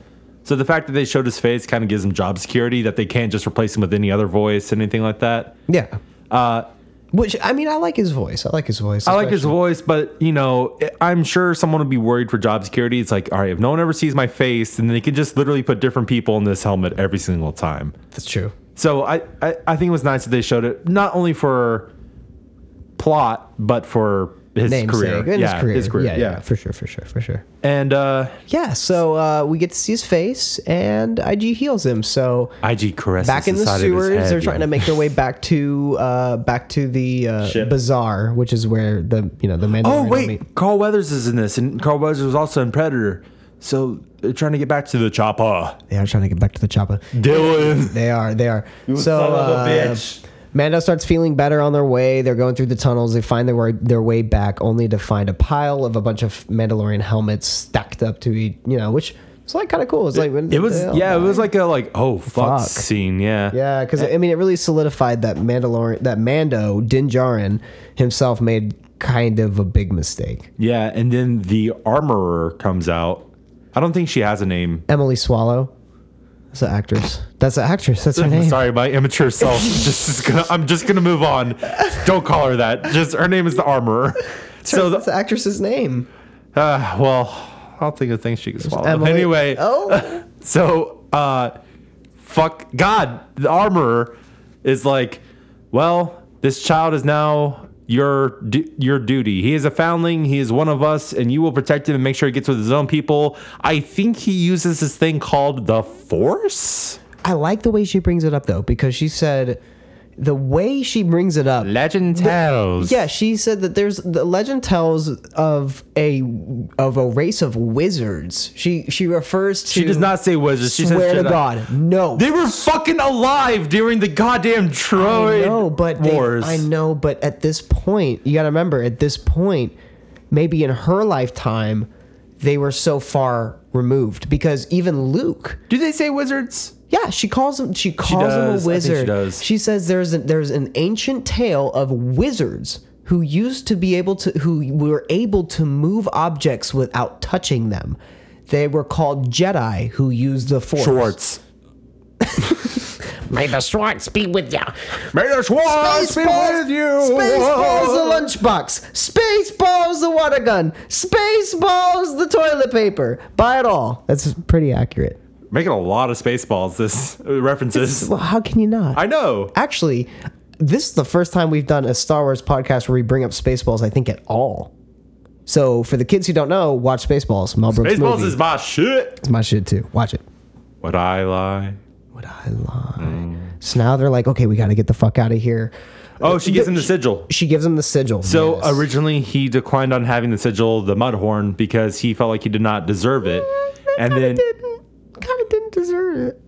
So the fact that they showed his face kind of gives him job security that they can't just replace him with any other voice, anything like that.
Yeah.
Uh,
Which I mean, I like his voice. I like his voice.
I like his voice, but you know, I- I'm sure someone would be worried for job security. It's like, all right, if no one ever sees my face, then they can just literally put different people in this helmet every single time.
That's true.
So I, I, I think it was nice that they showed it not only for plot but for his career.
Namesake. And
yeah,
his career. Yeah, yeah,
yeah.
for sure, for sure, for sure.
And uh,
Yeah, so uh, we get to see his face, and IG heals him. So
IG caresses
back in the
side of his
sewers,
head,
they're trying
yeah.
to make their way back to uh, back to the uh,
Ship.
bazaar, which is where the you know the Mandalorian.
Oh
army-
wait, Carl Weathers is in this, and Carl Weathers was also in Predator. So they're trying to get back to the chopper.
they are trying to get back to the chopper.
Dylan.
They are. They are. so,
son of a
uh,
bitch.
Mando starts feeling better on their way. They're going through the tunnels. They find their way, their way back, only to find a pile of a bunch of Mandalorian helmets stacked up to each, you know, which is like kind of cool. It's like when-
It was
oh
yeah, it
my.
was like a like oh fuck,
Fuck.
scene. Yeah.
yeah, because I mean, it really solidified that Mandalorian, that Mando Din Djarin himself made kind of a big mistake.
Yeah, and then the armorer comes out. I don't think she has a name.
Emily Swallow, that's the actress. That's the actress. That's her
I'm
name.
sorry, my
<laughs>
immature self. just is gonna, I'm just gonna move on. Don't call her that. Just her name is
<laughs>
the armorer. So
that's
the,
the actress's name.
uh, well, I'll think of things she can swallow.
Emily-
Anyway, <laughs>
Oh.
so uh, fuck God, the armorer is like, well, this child is now your du- your duty. He is a foundling. He is one of us, and you will protect him and make sure he gets with his own people. I think he uses this thing called the Force.
I like the way she brings it up though, because she said the way she brings it up.
Legend tells.
yeah, she said that there's the legend tells of a of a race of wizards. She she refers to
She does not say wizards. She
swear
says
to
Jedi.
God, no.
They were fucking alive during the goddamn
I
Troy
know, but they-
wars.
I know, but at this point, you got to remember, at this point, maybe in her lifetime, they were so far removed because even Luke,
Do they say wizards?
Yeah, she calls him. She calls him
does.
a
I think she
wizard.
does.
says there's an, there's an ancient tale of wizards who used to be able to who were able to move objects without touching them. They were called Jedi who used the Force.
Schwartz.
May the Schwartz be with ya.
May the Schwartz be
Spaceballs,
with you.
Spaceballs the lunchbox. Spaceballs the water gun. Spaceballs the toilet paper. Buy it all. That's pretty accurate.
Making a lot of spaceballs. This uh, references.
Well, how can you not?
I know.
actually this is the first time we've done a Star Wars podcast where we bring up Spaceballs, I think, at all. So for the kids who don't know, watch Spaceballs. Mel Brooks
Baseballs
movie.
is my shit.
It's my shit too. Watch it.
Would I lie?
Would I lie? Mm. So now they're like, okay, we got to get the fuck out of here.
Oh, she gets in the sigil.
She gives him the sigil.
So
Yes.
originally he declined on having the sigil, the Mudhorn, because he felt like he did not deserve it. And
Kinda
then
didn't kind of didn't deserve it.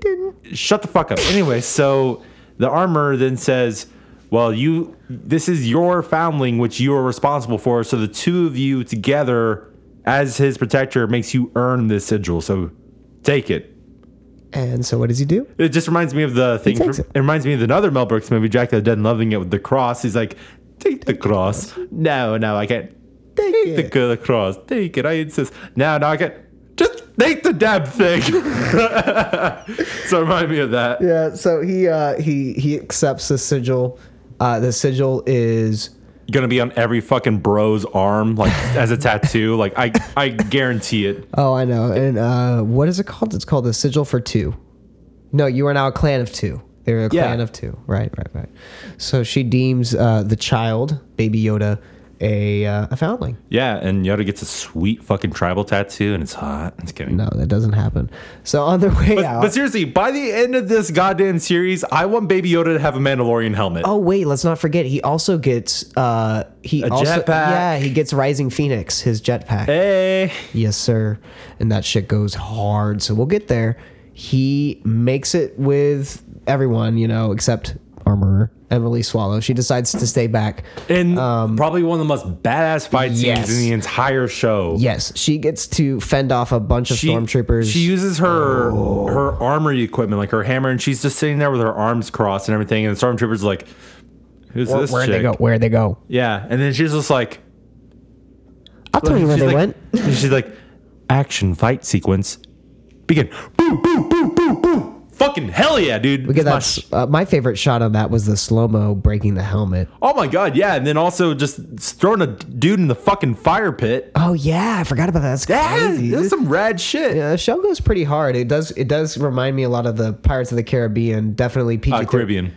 Didn't.
shut the fuck up. Anyway, so the armor then says, "Well, you this is your foundling which you are responsible for, so the two of you together as his protector makes you earn this sigil. So take it."
And so what does he do?
It just reminds me of the thing.
takes
It.
it.
reminds me of another Mel Brooks movie, Jack the Dead and Loving It, with the cross. He's like, take the cross. No, no, I can't. Take,
it.
the, the cross. Take it. I insist. No, no, I can't. Just take the damn thing. <laughs> so it reminded me of that.
Yeah. So he uh, he he accepts the sigil. Uh, the sigil is
Gonna be on every fucking bro's arm, like as <laughs> a tattoo. Like I, I guarantee it.
oh I know. And uh, what is it called? It's called the sigil for two. No, you are now a clan of two. They're a
Yeah.
clan of two. Right. Right. Right. So she deems uh, the child, Baby Yoda, a uh, a foundling.
Yeah, and Yoda gets a sweet fucking tribal tattoo, and it's hot. It's kidding.
No, that doesn't happen. So on their way out.
But seriously, by the end of this goddamn series, I want Baby Yoda to have a Mandalorian helmet.
Oh wait, let's not forget he also gets uh he
A
also
jetpack.
yeah, he gets Rising Phoenix, his jetpack.
Hey.
Yes, sir. And that shit goes hard. So we'll get there. He makes it with everyone, you know, except Armorer, Emily Swallow. She decides to stay back.
And probably one of the most badass fight
Um, yes.
scenes in the entire show.
Yes, she gets to fend off a bunch of
She-
stormtroopers. Oh.
She uses her her armory equipment, like her hammer, and she's just sitting there with her arms crossed and everything. And the stormtroopers are like, "Who's
Where-
this
Where'd
chick?"
they go? Where'd they go?
Yeah, and then she's just like,
I'll tell you where
she's
they
like-
went.
<laughs> She's like, "Action fight sequence, begin!" Boo, boo, boo, boo, boo. Fucking hell yeah, dude!
Because
It's my
that's uh, my favorite shot on that was the slow mo breaking the helmet.
Oh my god, yeah, and then also just throwing a dude in the fucking fire pit.
Oh yeah, <laughs> I forgot about that. That's
Yeah,
crazy.
that's some rad shit.
Yeah, the show goes pretty hard. It does. It does remind me a lot of the Pirates of the Caribbean. Definitely PG.
Uh, Caribbean.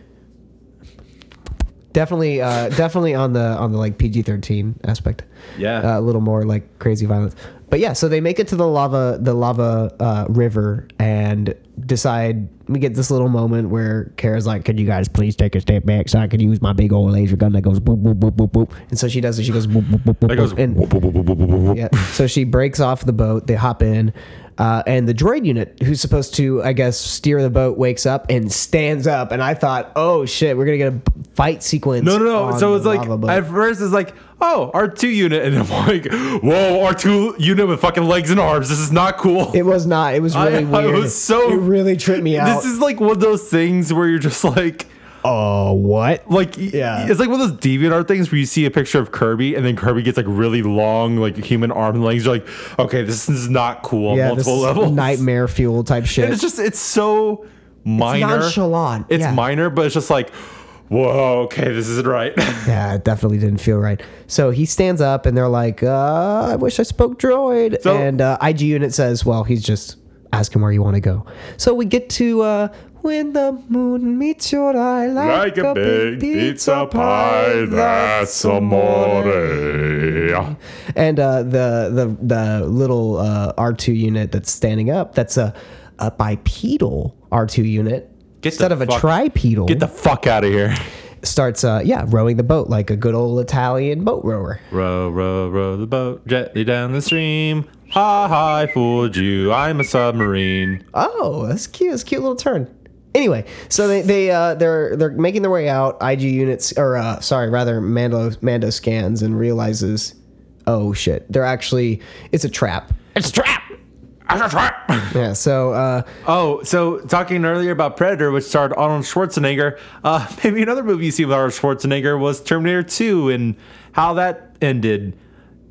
Definitely, uh, definitely on the on the like PG thirteen aspect.
Yeah.
Uh, a little more like crazy violence. But yeah, so they make it to the lava the lava uh, river and decide. We get this little moment where Kara's like, "Could you guys please take a step back so I can use my big old laser gun that goes boop boop boop boop boop?" And so she does it. She goes boop boop boop boop.
That goes.
boop, and
whoop, whoop, whoop, whoop, whoop, whoop.
yeah. So she breaks off the boat. They hop in, uh, and the droid unit, who's supposed to, I guess, steer the boat, wakes up and stands up. And I thought, oh shit, we're gonna get a fight sequence.
No, no, no.
on
So
the
it's like
lava boat.
at first it's like, oh, R two unit, and I'm <laughs> like, whoa, R two unit with fucking legs and arms. This is not cool.
it was not. It was
I-
really
<laughs> I
weird.
was so-
It really tripped me out.
this is like one of those things where you're just like,
oh what?
like,
Yeah.
it's like one of those deviant art things where you see a picture of Kirby, and then Kirby gets like really long, like human arm and legs. You're like, okay, this is not cool on
Yeah, this
multiple
is
levels.
nightmare fuel type shit.
It's just, it's so minor.
nonchalant,
It's
yeah.
minor, but it's just like, whoa, okay, this isn't right. <laughs>
yeah, it definitely didn't feel right. So he stands up, and they're like, uh, "I wish I spoke droid."
So-
and uh, IG unit says, "Well, he's just asking where you want to go." So we get to uh, when the moon meets your eye, like, a, big pizza pie. That's amore. And uh, the the the little uh, R two unit that's standing up, that's a, a bipedal R two unit.
Get the
Instead of a
fuck-
tripedal,
Get the fuck out of here.
starts uh yeah rowing the boat like a good old Italian boat rower.
Row, row, row the boat gently down the stream. Ha ha, I fooled you. I'm a submarine.
Oh, that's cute. That's a cute little turn. Anyway, so they they uh, they're they're making their way out. IG units or uh, sorry, rather Mando Mando scans and realizes, oh shit, they're actually it's a trap.
It's a trap.
Yeah. So uh,
Oh, so talking earlier about Predator, which starred Arnold Schwarzenegger, uh, <laughs> maybe another movie you see with Arnold Schwarzenegger was Terminator 2 and how that ended.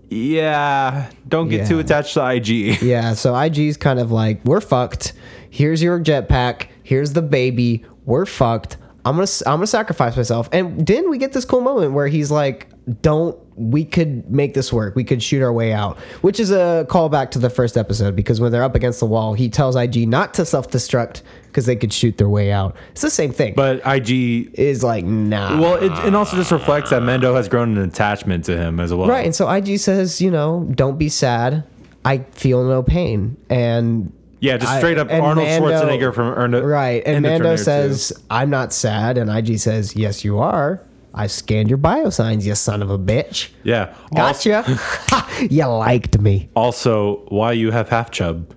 Yeah, don't get too
Yeah.
attached to IG.
yeah, so IG's kind of like we're fucked. Here's your jetpack. Here's the baby. We're fucked. I'm gonna s- I'm gonna sacrifice myself. And then we get this cool moment where he's like, don't we could make this work. We could shoot our way out, which is a callback to the first episode because when they're up against the wall, he tells IG not to self-destruct because they could shoot their way out. It's the same thing.
<laughs> But IG,
is like nah.
well, it, it also just reflects that Mendo has grown an attachment to him as well.
Right. And so IG says, you know, don't be sad. I feel no pain. And
Yeah, just straight up
and
Arnold
Mando-
Schwarzenegger from <laughs> Erna,
right. And
in the
Mando
Terminator 2.
says, I'm not sad. And IG says, Yes, you are. I scanned your biosigns, you son of a bitch.
"Yeah, Also-
Gotcha. Ha, <laughs> you liked me.
Also, why you have half chub?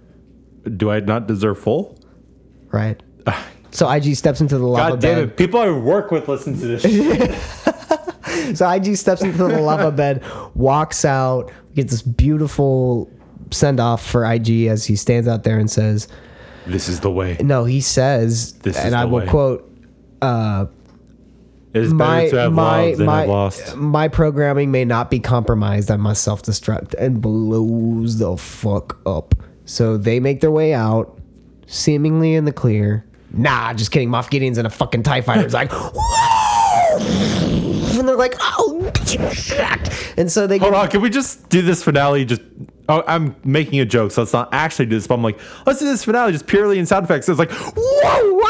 Do I not deserve full? <sighs>
Right. So IG steps into the lava
God damn
bed.
it! People I work with listen to this. shit.
So IG steps into the lava bed, walks out, gets this beautiful send off for IG as he stands out there and says,
<laughs> this is the way.
No, he says,
This is
and I
the
will
way.
quote,
It is better to have loved than have lost.
my programming may not be compromised. I must self destruct and blows the fuck up. So they make their way out, seemingly in the clear. Nah, just kidding. Moff Gideon's in a fucking TIE fighter. It's
<laughs>
like, whoa! And they're like, oh, shit. And so they
Hold
get,
on, can we just do this finale? Just oh, I'm making a joke, so let's not actually do this. But I'm like, let's do this finale just purely in sound effects. So it's like, whoa, wow,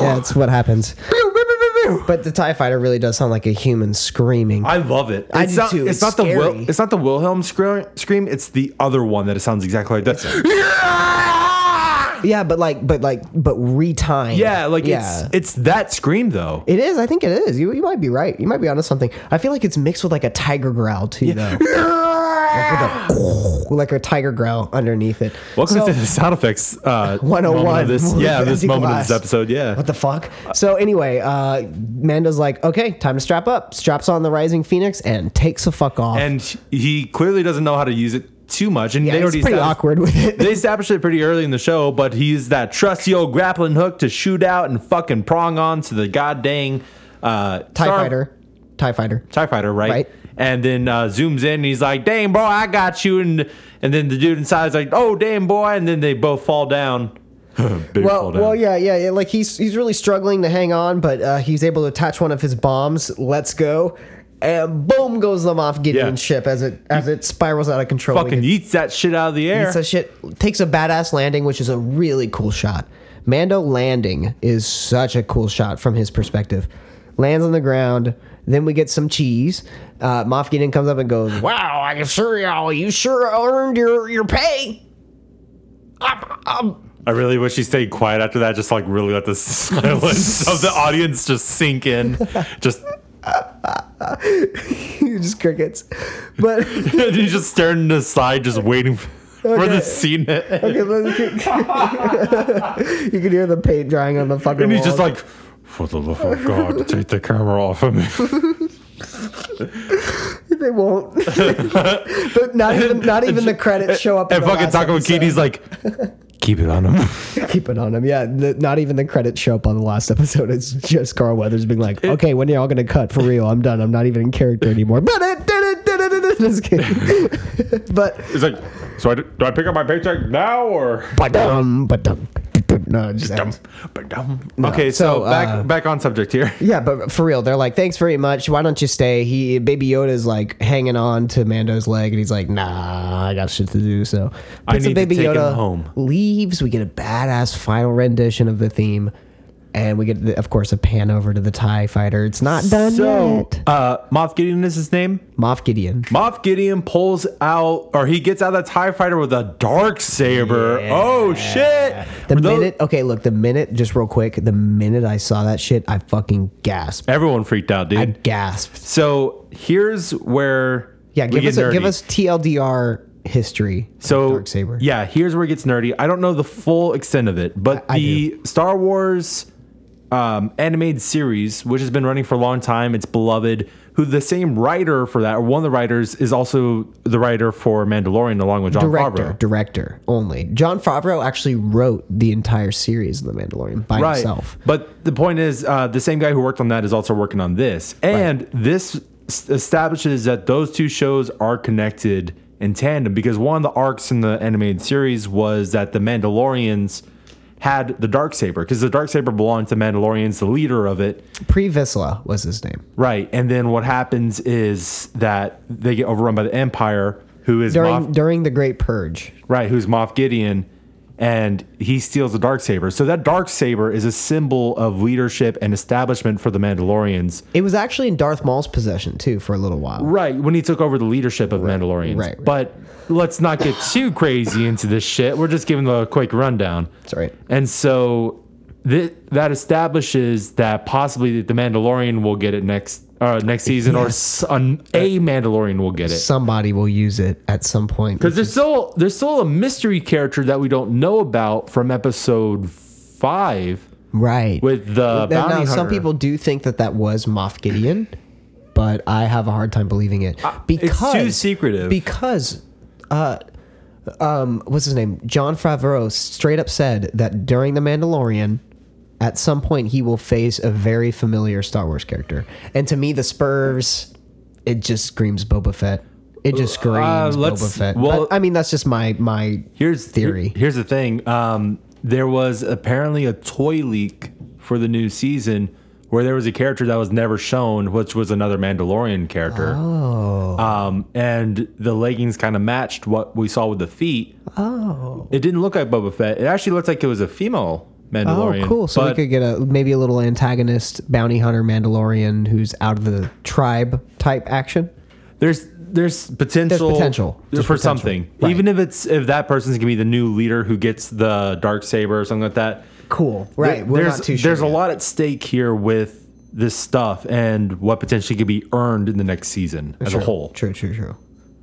yeah, that's what happens. But the TIE fighter really does sound like a human screaming.
<laughs> I love it. It's
I do
not,
too.
It's,
It's
not the
scary.
Wil- it's not the Wilhelm scream, scream. It's the other one that it sounds exactly like that.
yeah, but like, but like, but retimed.
<laughs> Yeah, like it's it's that scream though.
It is. I think it is. You, you might be right. You might be onto something. I feel like it's mixed with like a tiger growl too, though. With like a <laughs> tiger growl underneath it.
Welcome
So-
to
<laughs>
the sound effects uh,
101
moment of this,
with
yeah, this
Andy
moment of
Glass.
this episode. Yeah.
What the fuck? So anyway, uh, Mando's like, okay, time to strap up. Straps on the Rising Phoenix and takes a fuck off.
and he clearly doesn't know how to use it too much. And
yeah,
they
he's
already
pretty
established-
awkward with it.
They established it pretty early in the show, but he used that trusty old grappling hook to shoot out and fucking prong on to the god dang uh,
Tie
Star-
fighter. Tie fighter.
Tie fighter, right?
Right.
And then uh, zooms in and he's like, "Damn, bro, I got you." And and then the dude inside is like, "Oh, damn, boy!" And then they both fall
<laughs>
down. <laughs> Big
Well,
fall down.
Oh, well, yeah, yeah, yeah. Like he's he's really struggling to hang on, but uh, he's able to attach one of his bombs. Let's go, and boom goes the Moff Gideon
Yeah.
ship as it as it spirals out of control.
Fucking eats that shit out of the air.
It's a shit takes a badass landing, which is a really cool shot. Mando landing is such a cool shot from his perspective. Lands on the ground. Then we get some cheese. Uh, Moff Gideon comes up and goes,
Wow, I sure y'all, you sure earned your, your pay. I'm, I'm,
I really wish he stayed quiet after that, just like really let the <laughs> silence of the audience just
<laughs>
sink in. Just
<laughs>
<laughs>
just crickets. But <laughs>
he's just staring to the side, just waiting <laughs> for the scene. to end.
you can <laughs> hear the paint drying on the fucking.
And he's just
wall.
like, for the love of
<laughs>
God, take the camera off of me.
They
<laughs>
won't. but not even not even the credits show up. in
and
the
fucking
last
Taco
episode. <laughs>
Wakiti's like, keep it on him.
keep it on him. Yeah, the, not even the credits show up on the last episode. It's just Carl Weathers being like, "Okay, when are y'all gonna cut for real? I'm done. I'm not even in character anymore." But it did it did it. did it. Just kidding. <laughs> but
<laughs> He's like, so I, do I pick up my paycheck now or?
but um but um no, it just ends.
Okay, so,
So,
back
uh,
back on subject here.
yeah, but for real, they're like, "Thanks very much. Why don't you stay?" He Baby Yoda's like hanging on to Mando's leg, and he's like, "Nah, I got shit to do." So
I
puts the
need to take him home.
Leaves. We get a badass final rendition of the theme. And we get, the, of course, a pan over to the Tie Fighter. It's not done
So,
yet.
uh, Moff Gideon is his name.
Moff Gideon.
Moff Gideon pulls out, or he gets out that Tie Fighter with a dark saber. Oh shit!
The
For those-
minute, okay, look, the minute, just real quick, the minute I saw that shit, I fucking gasped.
everyone freaked out, dude.
I gasped.
so here's where
Yeah,
we
give
get
us a, give
nerdy.
us TLDR history. of
so
Darksaber.
yeah. Here's where it gets nerdy. I don't know the full extent of it, but
I- I
the Star Wars um, animated series, which has been running for a long time, it's beloved. Who the same writer for that, or one of the writers, is also the writer for Mandalorian, along with John
director,
Favreau.
director only. John Favreau actually wrote the entire series of The Mandalorian by himself.
But the point is, uh, the same guy who worked on that is also working on this, and this s- establishes that those two shows are connected in tandem because one of the arcs in the animated series was that the Mandalorians had the dark saber because the dark saber belonged to Mandalorian's the leader of it.
Pre Visla was his name.
Right. And then what happens is that they get overrun by the Empire, who is
During
Moff,
during the Great Purge.
right, who's Moff Gideon, and he steals the dark saber. So that dark saber is a symbol of leadership and establishment for the Mandalorians.
It was actually in Darth Maul's possession too for a little while.
Right, when he took over the leadership of Mandalorians.
right, right.
But let's not get too crazy into this shit. We're just giving the quick rundown.
Sorry.
And so th- that establishes that possibly the Mandalorian will get it next uh, next season, or s- an, a Mandalorian will get it.
Somebody will use it at some point.
Because there's still there's still a mystery character that we don't know about from episode five
Right.
with the
Now,
bounty
now,
hunter.
uh, some people do think that that was Moff Gideon, but I have a hard time believing it because
Uh, secretive.
Because, uh, um, what's his name? John Favreau straight up said that during the Mandalorian, at some point he will face a very familiar Star Wars character, and to me, the Spurs, it just screams Boba Fett. It just screams
Uh, let's-
Boba Fett.
well-
But, I mean, that's just my my
Here's
theory.
here- here's the thing. Um, there was apparently a toy leak for the new season where there was a character that was never shown, which was another Mandalorian character. Oh. Um, and the leggings kind of matched what we saw with the feet. Oh. It didn't look like Boba Fett. It actually looked like it was a female Mandalorian.
Oh, cool! So
but-
we could get a maybe a little antagonist bounty hunter Mandalorian who's out of the tribe type action.
there's there's potential
There's potential.
for
There's potential.
something.
Right.
Even if it's if that person's gonna be the new leader who gets the dark saber or something like that.
Cool, right?
There-
we're
there's,
not too sure.
There's a
yet.
lot at stake here with this stuff and what potentially could be earned in the next season as
True,
a whole.
True, true, true.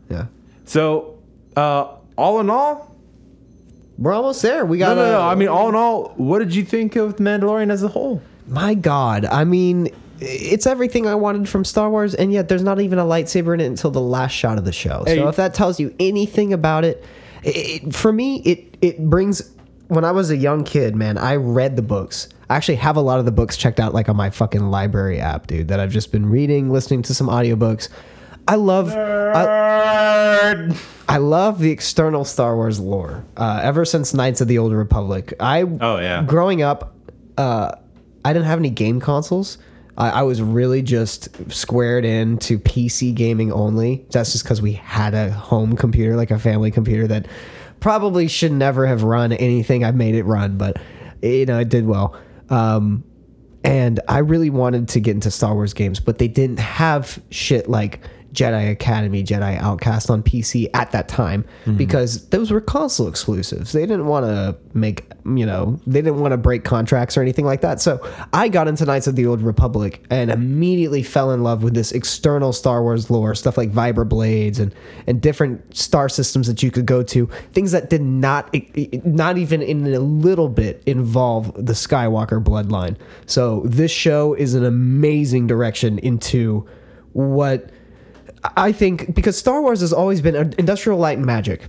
Yeah,
So, uh, all in all,
we're almost there. We
no,
got.
no,
a-
no. I mean, all in all, what did you think of Mandalorian as a whole?
my God. I mean, it's everything I wanted from Star Wars, and yet there's not even a lightsaber in it until the last shot of the show.
Hey.
So if that tells you anything about it, it, it for me, it it brings. When I was a young kid, man, I read the books. I actually have a lot of the books checked out, like on my fucking library app, dude. That I've just been reading, listening to some audiobooks. I love. I- Uh, I love the external Star Wars lore. Uh, ever since Knights of the Old Republic, I
Oh, yeah.
growing up, uh, I didn't have any game consoles. I, I was really just squared in to PC gaming only. That's just because we had a home computer, like a family computer, that probably should never have run anything I've made it run, but you know it did well. Um, and I really wanted to get into Star Wars games, but they didn't have shit like Jedi Academy, Jedi Outcast on PC at that time because those were console exclusives. They didn't want to make, you know, they didn't want to break contracts or anything like that. So I got into Knights of the Old Republic and immediately fell in love with this external Star Wars lore, stuff like Viber Blades and, and different star systems that you could go to, things that did not, e, not even in a little bit involve the Skywalker bloodline. So this show is an amazing direction into what I think because Star Wars has always been industrial light and magic.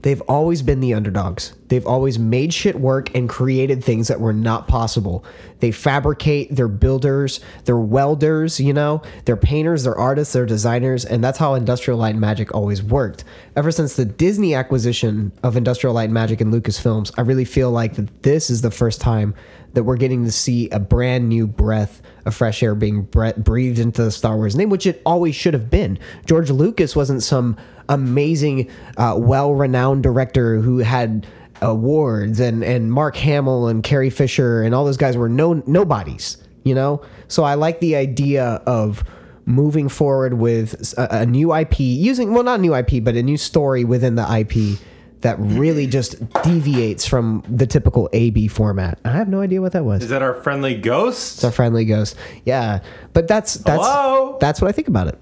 They've always been the underdogs. They've always made shit work and created things that were not possible. They fabricate, they're builders, they're welders, you know, they're painters, they're artists, they're designers, and that's how Industrial Light and Magic always worked. Ever since the Disney acquisition of Industrial Light and Magic and Lucasfilms, I really feel like that this is the first time that we're getting to see a brand new breath of fresh air being bre- breathed into the Star Wars name, which it always should have been. George Lucas wasn't some amazing, uh, well-renowned director who had awards, and and Mark Hamill and Carrie Fisher and all those guys were no nobodies, you know. So I like the idea of moving forward with a, a new IP, using well not new IP, but a new story within the IP. That really just deviates from the typical AB format. I have no idea what that was.
Is that our friendly ghost?
It's our friendly ghost. Yeah, but that's that's
Hello?
that's what I think about it.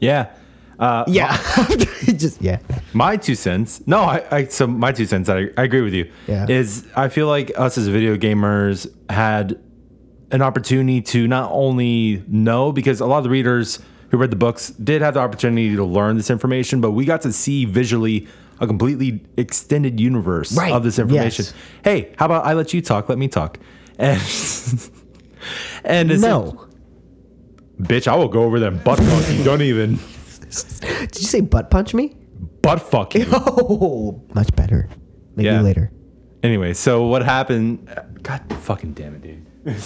Yeah. Uh,
Yeah, <laughs> just yeah.
my two cents no i, I so my two cents I, I agree with you
Yeah.
is i feel like us as video gamers had an opportunity to not only know because a lot of the readers who read the books did have the opportunity to learn this information but we got to see visually a completely extended universe
Right.
of this information
Yes.
hey how about i let you talk let me talk and <laughs> and
<laughs>
it's
No,
bitch i will go over there and butt fuck you don't even
did you say butt punch me?
butt fuck you
Oh, much better. Maybe
Yeah.
later.
Anyway, so what happened? God fucking damn it, dude.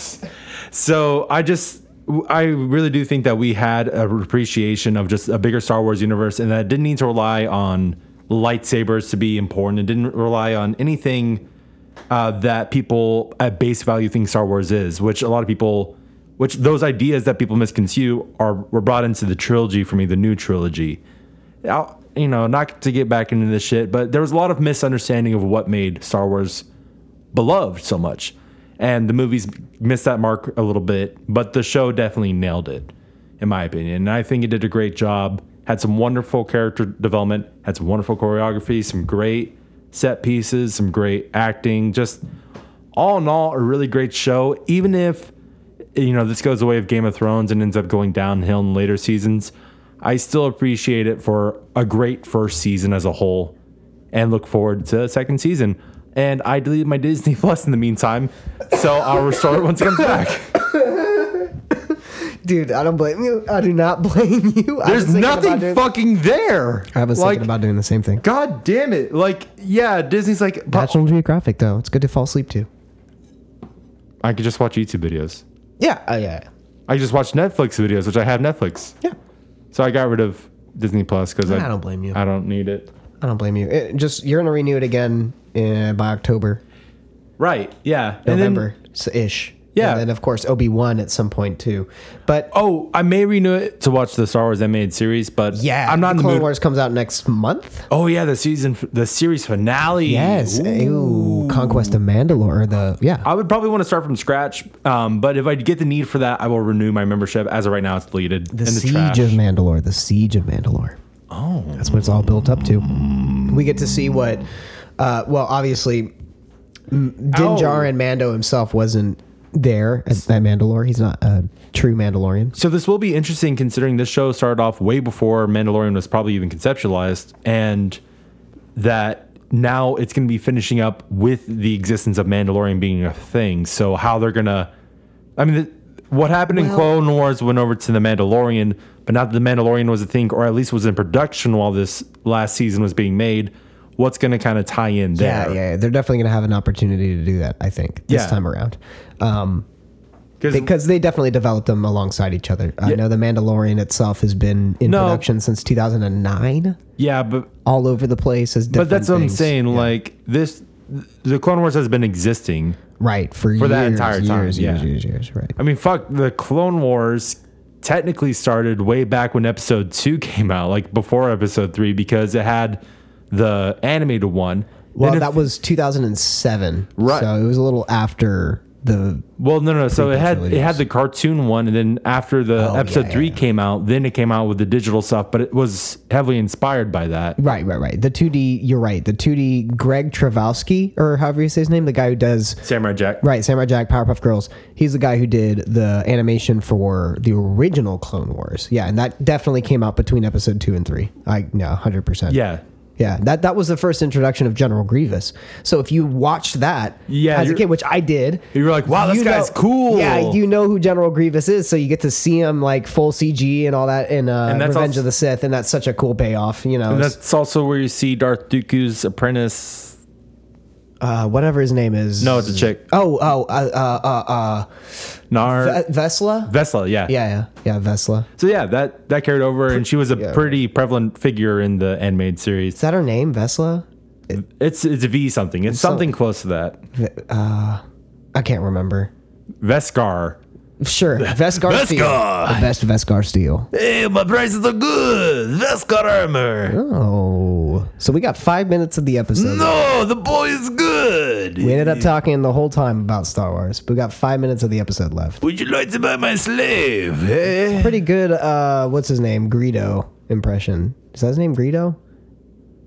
so I just, I really do think that we had a appreciation of just a bigger Star Wars universe and that it didn't need to rely on lightsabers to be important. It didn't rely on anything uh, that people at base value think Star Wars is, which a lot of people, which those ideas that people misconceive are were brought into the trilogy for me, the new trilogy. I'll, you know, not to get back into this shit, but there was a lot of misunderstanding of what made Star Wars beloved so much, and the movies missed that mark a little bit, but the show definitely nailed it, in my opinion. And I think it did a great job. Had some wonderful character development, had some wonderful choreography, some great set pieces, some great acting. Just all in all, a really great show. Even if you know this goes the way of Game of Thrones and ends up going downhill in later seasons, I still appreciate it for a great first season as a whole, and look forward to a second season. And I deleted my Disney <laughs> Plus in the meantime, so I'll restore it once
<laughs>
it comes back.
Dude, I don't blame you. I do not <laughs> blame you. I was
There's
thinking about
nothing
doing-
fucking there.
I was
like,
thinking about doing the same thing.
God damn it! Like, yeah, Disney's like, but
National Geographic, though, it's good to fall asleep to.
I could just watch YouTube videos.
Yeah, uh, yeah,
I just watch Netflix videos, which I have Netflix.
yeah.
So I got rid of Disney Plus because I,
I don't blame you.
I don't need it.
I don't blame you. It, just you're gonna renew it again uh, by October,
Right. Yeah.
November s- ish.
Yeah.
and then of course Obi wan at some point too. But
oh, I may renew it to watch the Star Wars animated series, but
yeah,
I'm not in
the
the
Clone
mood.
Wars comes out next month.
Oh yeah, the season, the series finale.
Yes, ooh, Conquest of Mandalore. or The yeah,
I would probably want to start from scratch, um, but if I get the need for that, I will renew my membership. As of right now, it's deleted
the
in the
siege
trash.
of Mandalore. The siege of Mandalore. Oh, that's what it's all built up to. We get to see what. Uh, well, obviously, m- Din
Ow.
Djarin Mando himself wasn't there at that Mandalore. He's not a true Mandalorian.
So this will be interesting considering this show started off way before Mandalorian was probably even conceptualized and that now it's going to be finishing up with the existence of Mandalorian being a thing. So how they're going to I mean th- what happened in Clone Wars went over to the Mandalorian, but not that the Mandalorian was a thing or at least was in production while this last season was being made. What's going to kind of tie in
Yeah,
there?
yeah, yeah. they're definitely going to have an opportunity to do that. I think this
Yeah.
time around, um,
'Cause-
because they definitely developed them alongside each other. I know the Mandalorian itself has been in
No.
production since 2009,
yeah, but
all over the place. As
but that's what I'm
things.
saying like this the Clone Wars has been existing
right? For
For
years,
that entire time,
years,
yeah.
years, years, years, right?
I mean, fuck, the Clone Wars technically started way back when episode two <laughs> came out, like before episode three, because it had the animated one.
Well,
Then it-
that was 2007.
Right.
So it was a little after the.
well, no, no. So it had it
trilogies.
had the cartoon one, and then after the
Oh, yeah,
episode
yeah,
three
yeah.
came out, then it came out with the digital stuff. But it was heavily inspired by that.
Right, right, right. The 2D, you're right. The 2D, Greg Travasky, or however you say his name, the guy who does.
Samurai Jack.
Right, Samurai Jack, Powerpuff Girls. He's the guy who did the animation for the original Clone Wars. Yeah, and that definitely came out between episode two and three. I no, hundred percent.
Yeah.
yeah. That that was the first introduction of General Grievous. So if you watched that,
Yeah,
as a
you're-
kid, which I did,
You were like, wow, this
you
guy's
know-
cool.
Yeah, you know who General Grievous is, so you get to see him like full CG and all that in uh,
And that's
Revenge
also-
of the Sith, and that's such a cool payoff. You know,
And that's also where you see Darth Dooku's apprentice.
uh, whatever his name is.
No, it's a chick.
Oh, oh, uh, uh, uh, uh,
Nar.
Vesla.
Vesla, yeah.
yeah, yeah, yeah, Vesla. Is
So yeah, that that carried over, and she was a pretty prevalent figure in the animated series.
that her name, Vesla?
It's it's V something. It's something close to that.
I can't remember.
Vescar. <laughs>
Sure, Vesgar Steel,
Vesgar!
the best Vesgar Steel.
Hey, my prices are good. Vescar armor.
Oh, so we got five minutes of the episode.
No, the boy is good.
We ended up talking the whole time about Star Wars. but We got five minutes of the episode left.
Would you like to buy my slave? Eh?
pretty good uh what's his name greedo impression is that his name greedo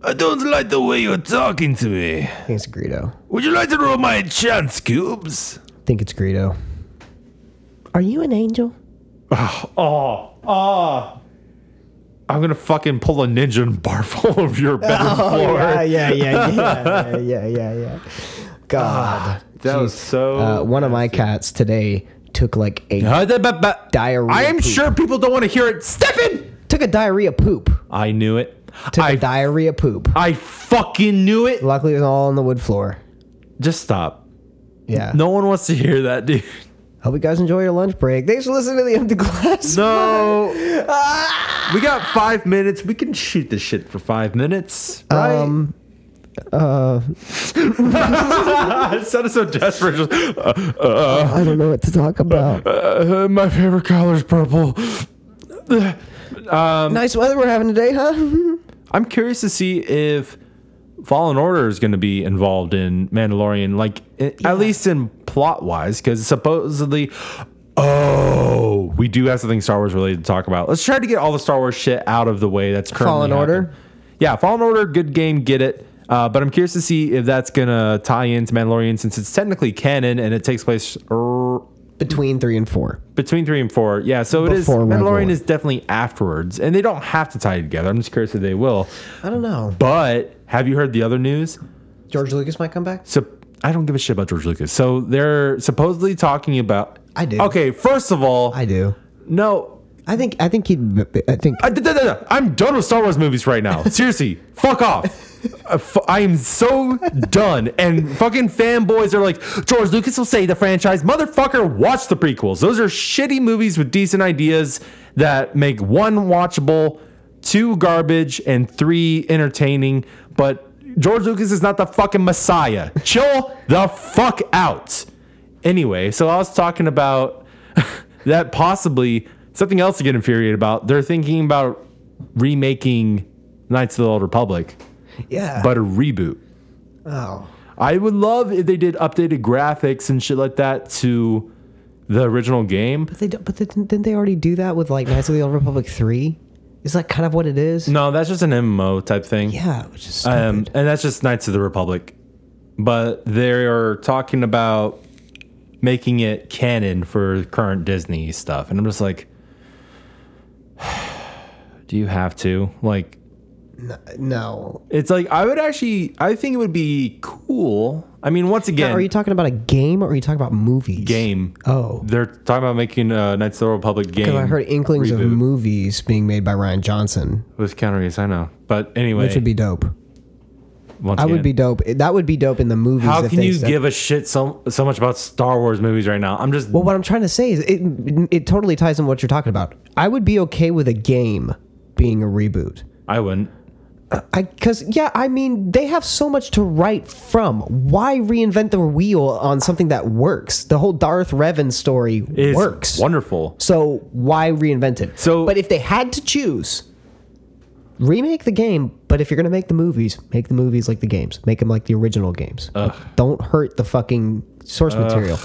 I don't like the way you're talking to me.
i think it's greedo
Would you like to roll my chance cubes?
i think it's greedo are you an angel
Oh, ah. I'm gonna fucking pull a ninja and <laughs> barf all over your bedroom floor.
Oh, yeah Ah, yeah yeah yeah yeah yeah yeah, yeah. god
That was so.
uh, one of my cats today took like a diarrhea
I am
poop.
sure people don't want to hear it. Stefan!
took a diarrhea poop
I knew it.
took a
I,
diarrhea poop
I fucking knew it.
luckily it was all on the wood floor
Just stop.
Yeah.
No one wants to hear that, dude.
Hope you guys enjoy your lunch break. Thanks for listening to the Empty Glass.
<laughs> No. we got five minutes. We can shoot this shit for five minutes. Right? <laughs>
Um,
it sounded so desperate. Just, uh,
I don't know what to talk about.
<laughs> uh, my favorite color is purple.
nice weather we're having today, huh? <laughs>
I'm curious to see if Fallen Order is going to be involved in Mandalorian, like i- at least in plot wise, because supposedly. Oh, we do have something Star Wars related to talk about. Let's try to get all the Star Wars shit out of the way. That's currently
Fallen
happening.
Order?
Yeah, Fallen Order, good game, get it. Uh, but I'm curious to see if that's gonna tie into Mandalorian since it's technically canon and it takes place er,
Between three and four.
between three and four. Yeah, so it is.
Before Rogue One.
Mandalorian is definitely afterwards, and they don't have to tie it together. I'm just curious if they will.
I don't know.
But have you heard the other news?
George Lucas might come back.
So I don't give a shit about George Lucas. So they're supposedly talking about.
I do.
Okay, first of all,
I do.
no.
I think. I think he'd. I think.
I, d- d- d- I'm done with Star Wars movies right now. Seriously, fuck off. I fu- I am so done. And fucking fanboys are like, George Lucas will say the franchise. Motherfucker, watch the prequels. Those are shitty movies with decent ideas that make one watchable, two garbage, and three entertaining. But George Lucas is not the fucking messiah. Chill the fuck out. Anyway, so I was talking about <laughs> that possibly something else to get infuriated about. They're thinking about remaking Knights of the Old Republic,
yeah.
but a reboot.
oh.
I would love if they did updated graphics and shit like that to the original game.
They don't, but they, didn't didn't they already do that with like Knights of the Old Republic three? Is that kind of what it is?
No, that's just an MMO type thing.
Yeah, which is stupid.
Mm. Um, and that's just Knights of the Republic. But they are talking about making it canon for current Disney stuff. And I'm just like, <sighs> do you have to? Like,
no.
it's like, I would actually, I think it would be cool. I mean, once again,
Are you talking about a game or are you talking about movies?
game.
Oh.
They're talking about making a Knights of the Republic game.
Because I heard inklings of
reboot
movies being made by Ryan Johnson,
With Keanu Reeves, I know. But anyway,
which would be dope.
once
I would
again,
be dope. That would be dope in the movies.
How
if
can
they
you
said-
give a shit so, so much about Star Wars movies right now? I'm just
Well, what I'm trying to say is it it totally ties in what you're talking about. I would be okay with a game being a reboot.
I wouldn't.
I cuz yeah, I mean, they have so much to write from. Why reinvent the wheel on something that works? The whole Darth Revan story
It's
works.
wonderful.
So why reinvent it?
So-
but if they had to choose, remake the game. But if you're gonna make the movies, make the movies like the games. Make them like the original games. Like, don't hurt the fucking source material.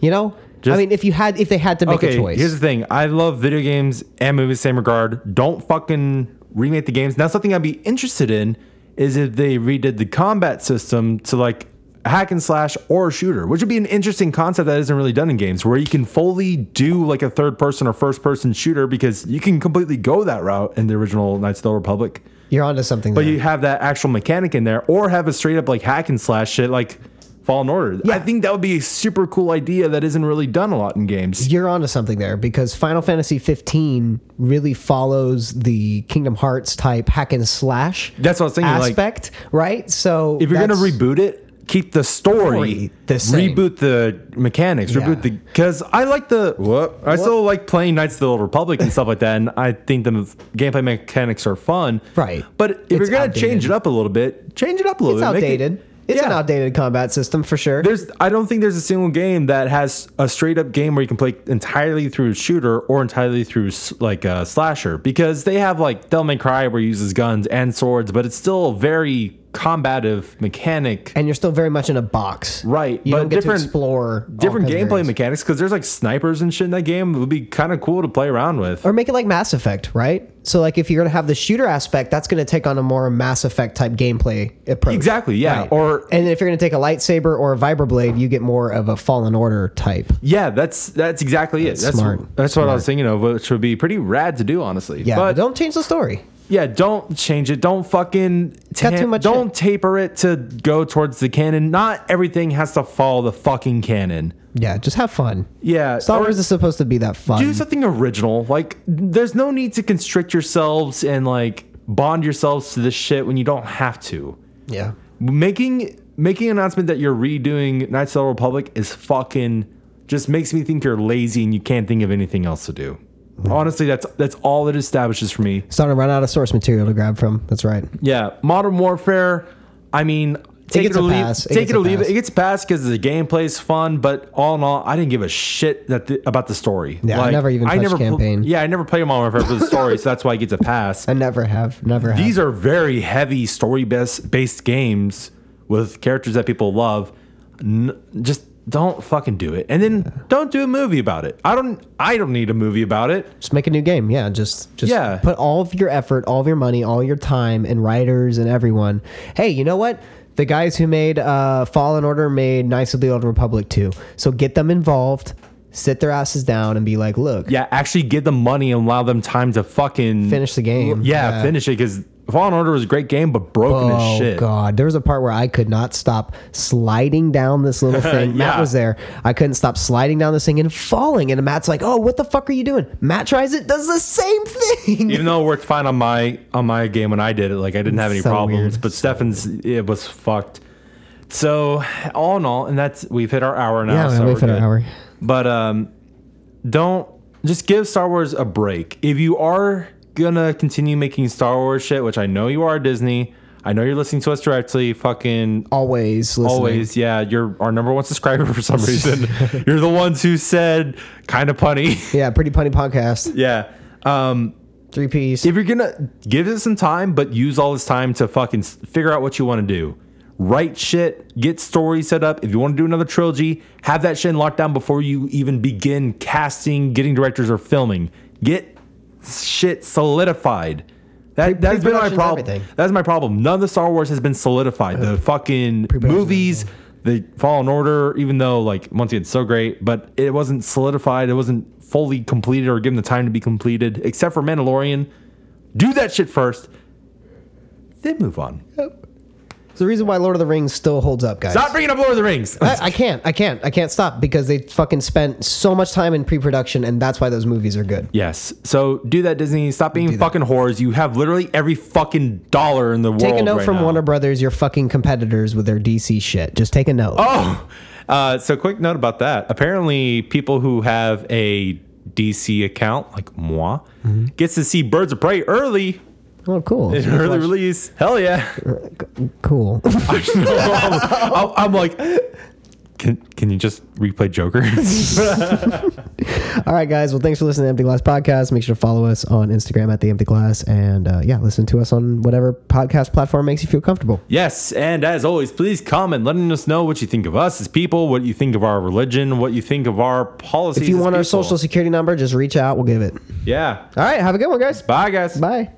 You know, I
Just-
mean, if you had, if they had to make
Okay,
a choice,
here's the thing. I love video games and movies same regard. Don't fucking remake the games. Now something I'd be interested in is if they redid the combat system to like hack and slash or shooter, which would be an interesting concept that isn't really done in games where you can fully do like a third person or first person shooter because you can completely go that route in the original Knights of the Old Republic.
you're onto something.
But
there.
you have that actual mechanic in there, or have a straight up like hack and slash shit like Fallen Order. I think that would be a super cool idea that isn't really done a lot in games.
you're onto something there because Final Fantasy 15 really follows the Kingdom Hearts type hack and slash
That's what I was thinking. Like,
aspect, right? So
if you're gonna
that's-
reboot it, keep the story,
Story the same.
reboot the mechanics,
Yeah.
reboot the because I like the what I still like playing Knights of the Old Republic and stuff like that, and I think the gameplay mechanics are fun.
Right.
But if
It's
you're gonna
outdated.
change it up a little bit, change it up a little
it's
bit. make it-
outdated. it's an
Yeah.
outdated combat system for sure.
There's, I don't think there's a single game that has a straight up game where you can play entirely through shooter or entirely through s- like a slasher because they have like Devil May Cry where he uses guns and swords, but it's still a very combative mechanic.
and you're still very much in a box,
Right,
You
but
don't get
different-
to explore all
Different
kinds of
gameplay
areas.
mechanics because there's like snipers and shit in that game. It would be kind of cool to play around with.
or make it like Mass Effect, right? So like if you're gonna have the shooter aspect, that's gonna take on a more Mass Effect type gameplay approach.
Exactly, yeah.
Right.
Or
and if you're gonna take a lightsaber or a vibroblade, you get more of a Fallen Order type.
yeah, that's that's exactly it. That's
smart.
That's what I was thinking of, which would be pretty rad to do, honestly.
Yeah, but don't change the story.
Yeah, don't change it. Don't fucking
got
ta-
too much
don't taper it to go towards the canon. Not everything has to follow the fucking canon.
Yeah, just have fun.
Yeah,
Star
or
Wars is supposed to be that fun.
do something original. Like, there's no need to constrict yourselves and like bond yourselves to this shit when you don't have to.
yeah.
Making making an announcement that you're redoing Knights of the Old Republic is fucking just makes me think you're lazy and you can't think of anything else to do. Honestly, that's that's all it establishes for me.
Starting to run out of source material to grab from. That's right.
Yeah, Modern Warfare. I mean, take it,
gets
or
a
leave.
pass. It
Take
gets
it or
a
leave it.
pass.
It gets passed because the gameplay's fun, but all in all, I didn't give a shit that the, about the story.
Yeah, I never even touched
pl-
campaign.
yeah, I never played Modern Warfare for the story, so that's why I get to
<laughs>
pass.
I never have. Never have.
These are very heavy story based based games with characters that people love. N- just don't fucking do it, and then don't do a movie about it. I don't. I don't need a movie about it.
just make a new game. Yeah, just just
Yeah.
put all of your effort, all of your money, all your time, and writers and everyone. Hey, you know what? The guys who made uh, Fallen Order made Knights of the Old Republic too. So get them involved, sit their asses down, and be like, look,
Yeah, actually give them money and allow them time to fucking
finish the game.
Yeah, finish it because Fallen Order was a great game, but broken
Oh
as shit.
god, there was a part where I could not stop sliding down this
<laughs>
little thing. Matt
Yeah.
was there. I couldn't stop sliding down this thing and falling. And Matt's like, "Oh, what the fuck are you doing?" Matt tries it, does the same thing.
Even though it worked fine on my on my game when I did it, like I didn't have any
So
problems.
weird.
But Stefan's it was fucked. So all in all, and that's we've hit our hour now.
<laughs> Yeah,
so
we
we're
hit our
good.
hour.
But um, don't just give Star Wars a break. If you are gonna continue making Star Wars shit, which I know you are, Disney. I know you're listening to us directly. Fucking
Always, listening.
Always, yeah. You're our number one subscriber for some reason. you're the ones who said kind of punny.
Yeah, pretty punny podcast.
yeah. <laughs> Um,
Three piece.
if you're gonna give it some time, but use all this time to fucking s- figure out what you want to do. Write shit, get stories set up. If you want to do another trilogy, have that shit in lockdown before you even begin casting, getting directors, or filming. Get shit solidified. That, that's been my
pre-production's
problem.
everything.
That's my problem. None of the Star Wars has been solidified. The fucking movies, the Fallen Order, even though like once again it's so great, but it wasn't solidified. It wasn't fully completed or given the time to be completed, except for Mandalorian. Do that shit first, then move on.
It's the reason why Lord of the Rings still holds up, guys.
Stop bringing up Lord of the <laughs> Rings.
I, I can't, I can't, I can't stop because they fucking spent so much time in pre-production, and that's why those movies are good.
Yes. So do that, Disney. Stop being fucking whores. You have literally every fucking dollar in the world.
Take a note
right
from
now.
Warner Brothers, your fucking competitors with their DC shit. Just take a note.
Oh, uh, so quick note about that. Apparently, people who have a DC account, like moi,
Mm-hmm.
gets to see Birds of Prey early,
Oh, cool,
in early release. Hell yeah!
<laughs>
<laughs>
cool. <laughs>
I'm, I'm- I'm like, can can you just replay Joker? <laughs>
All right, guys. Well, thanks for listening to Empty Glass Podcast. Make sure to follow us on Instagram at the Empty Glass, and uh, yeah, listen to us on whatever podcast platform makes you feel comfortable.
yes, and as always, please comment, letting us know what you think of us as people, what you think of our religion, what you think of our policies.
If you
as
want our
people.
social security number, just reach out. We'll give it.
yeah.
All right. Have a good one, guys.
Bye, guys.
Bye.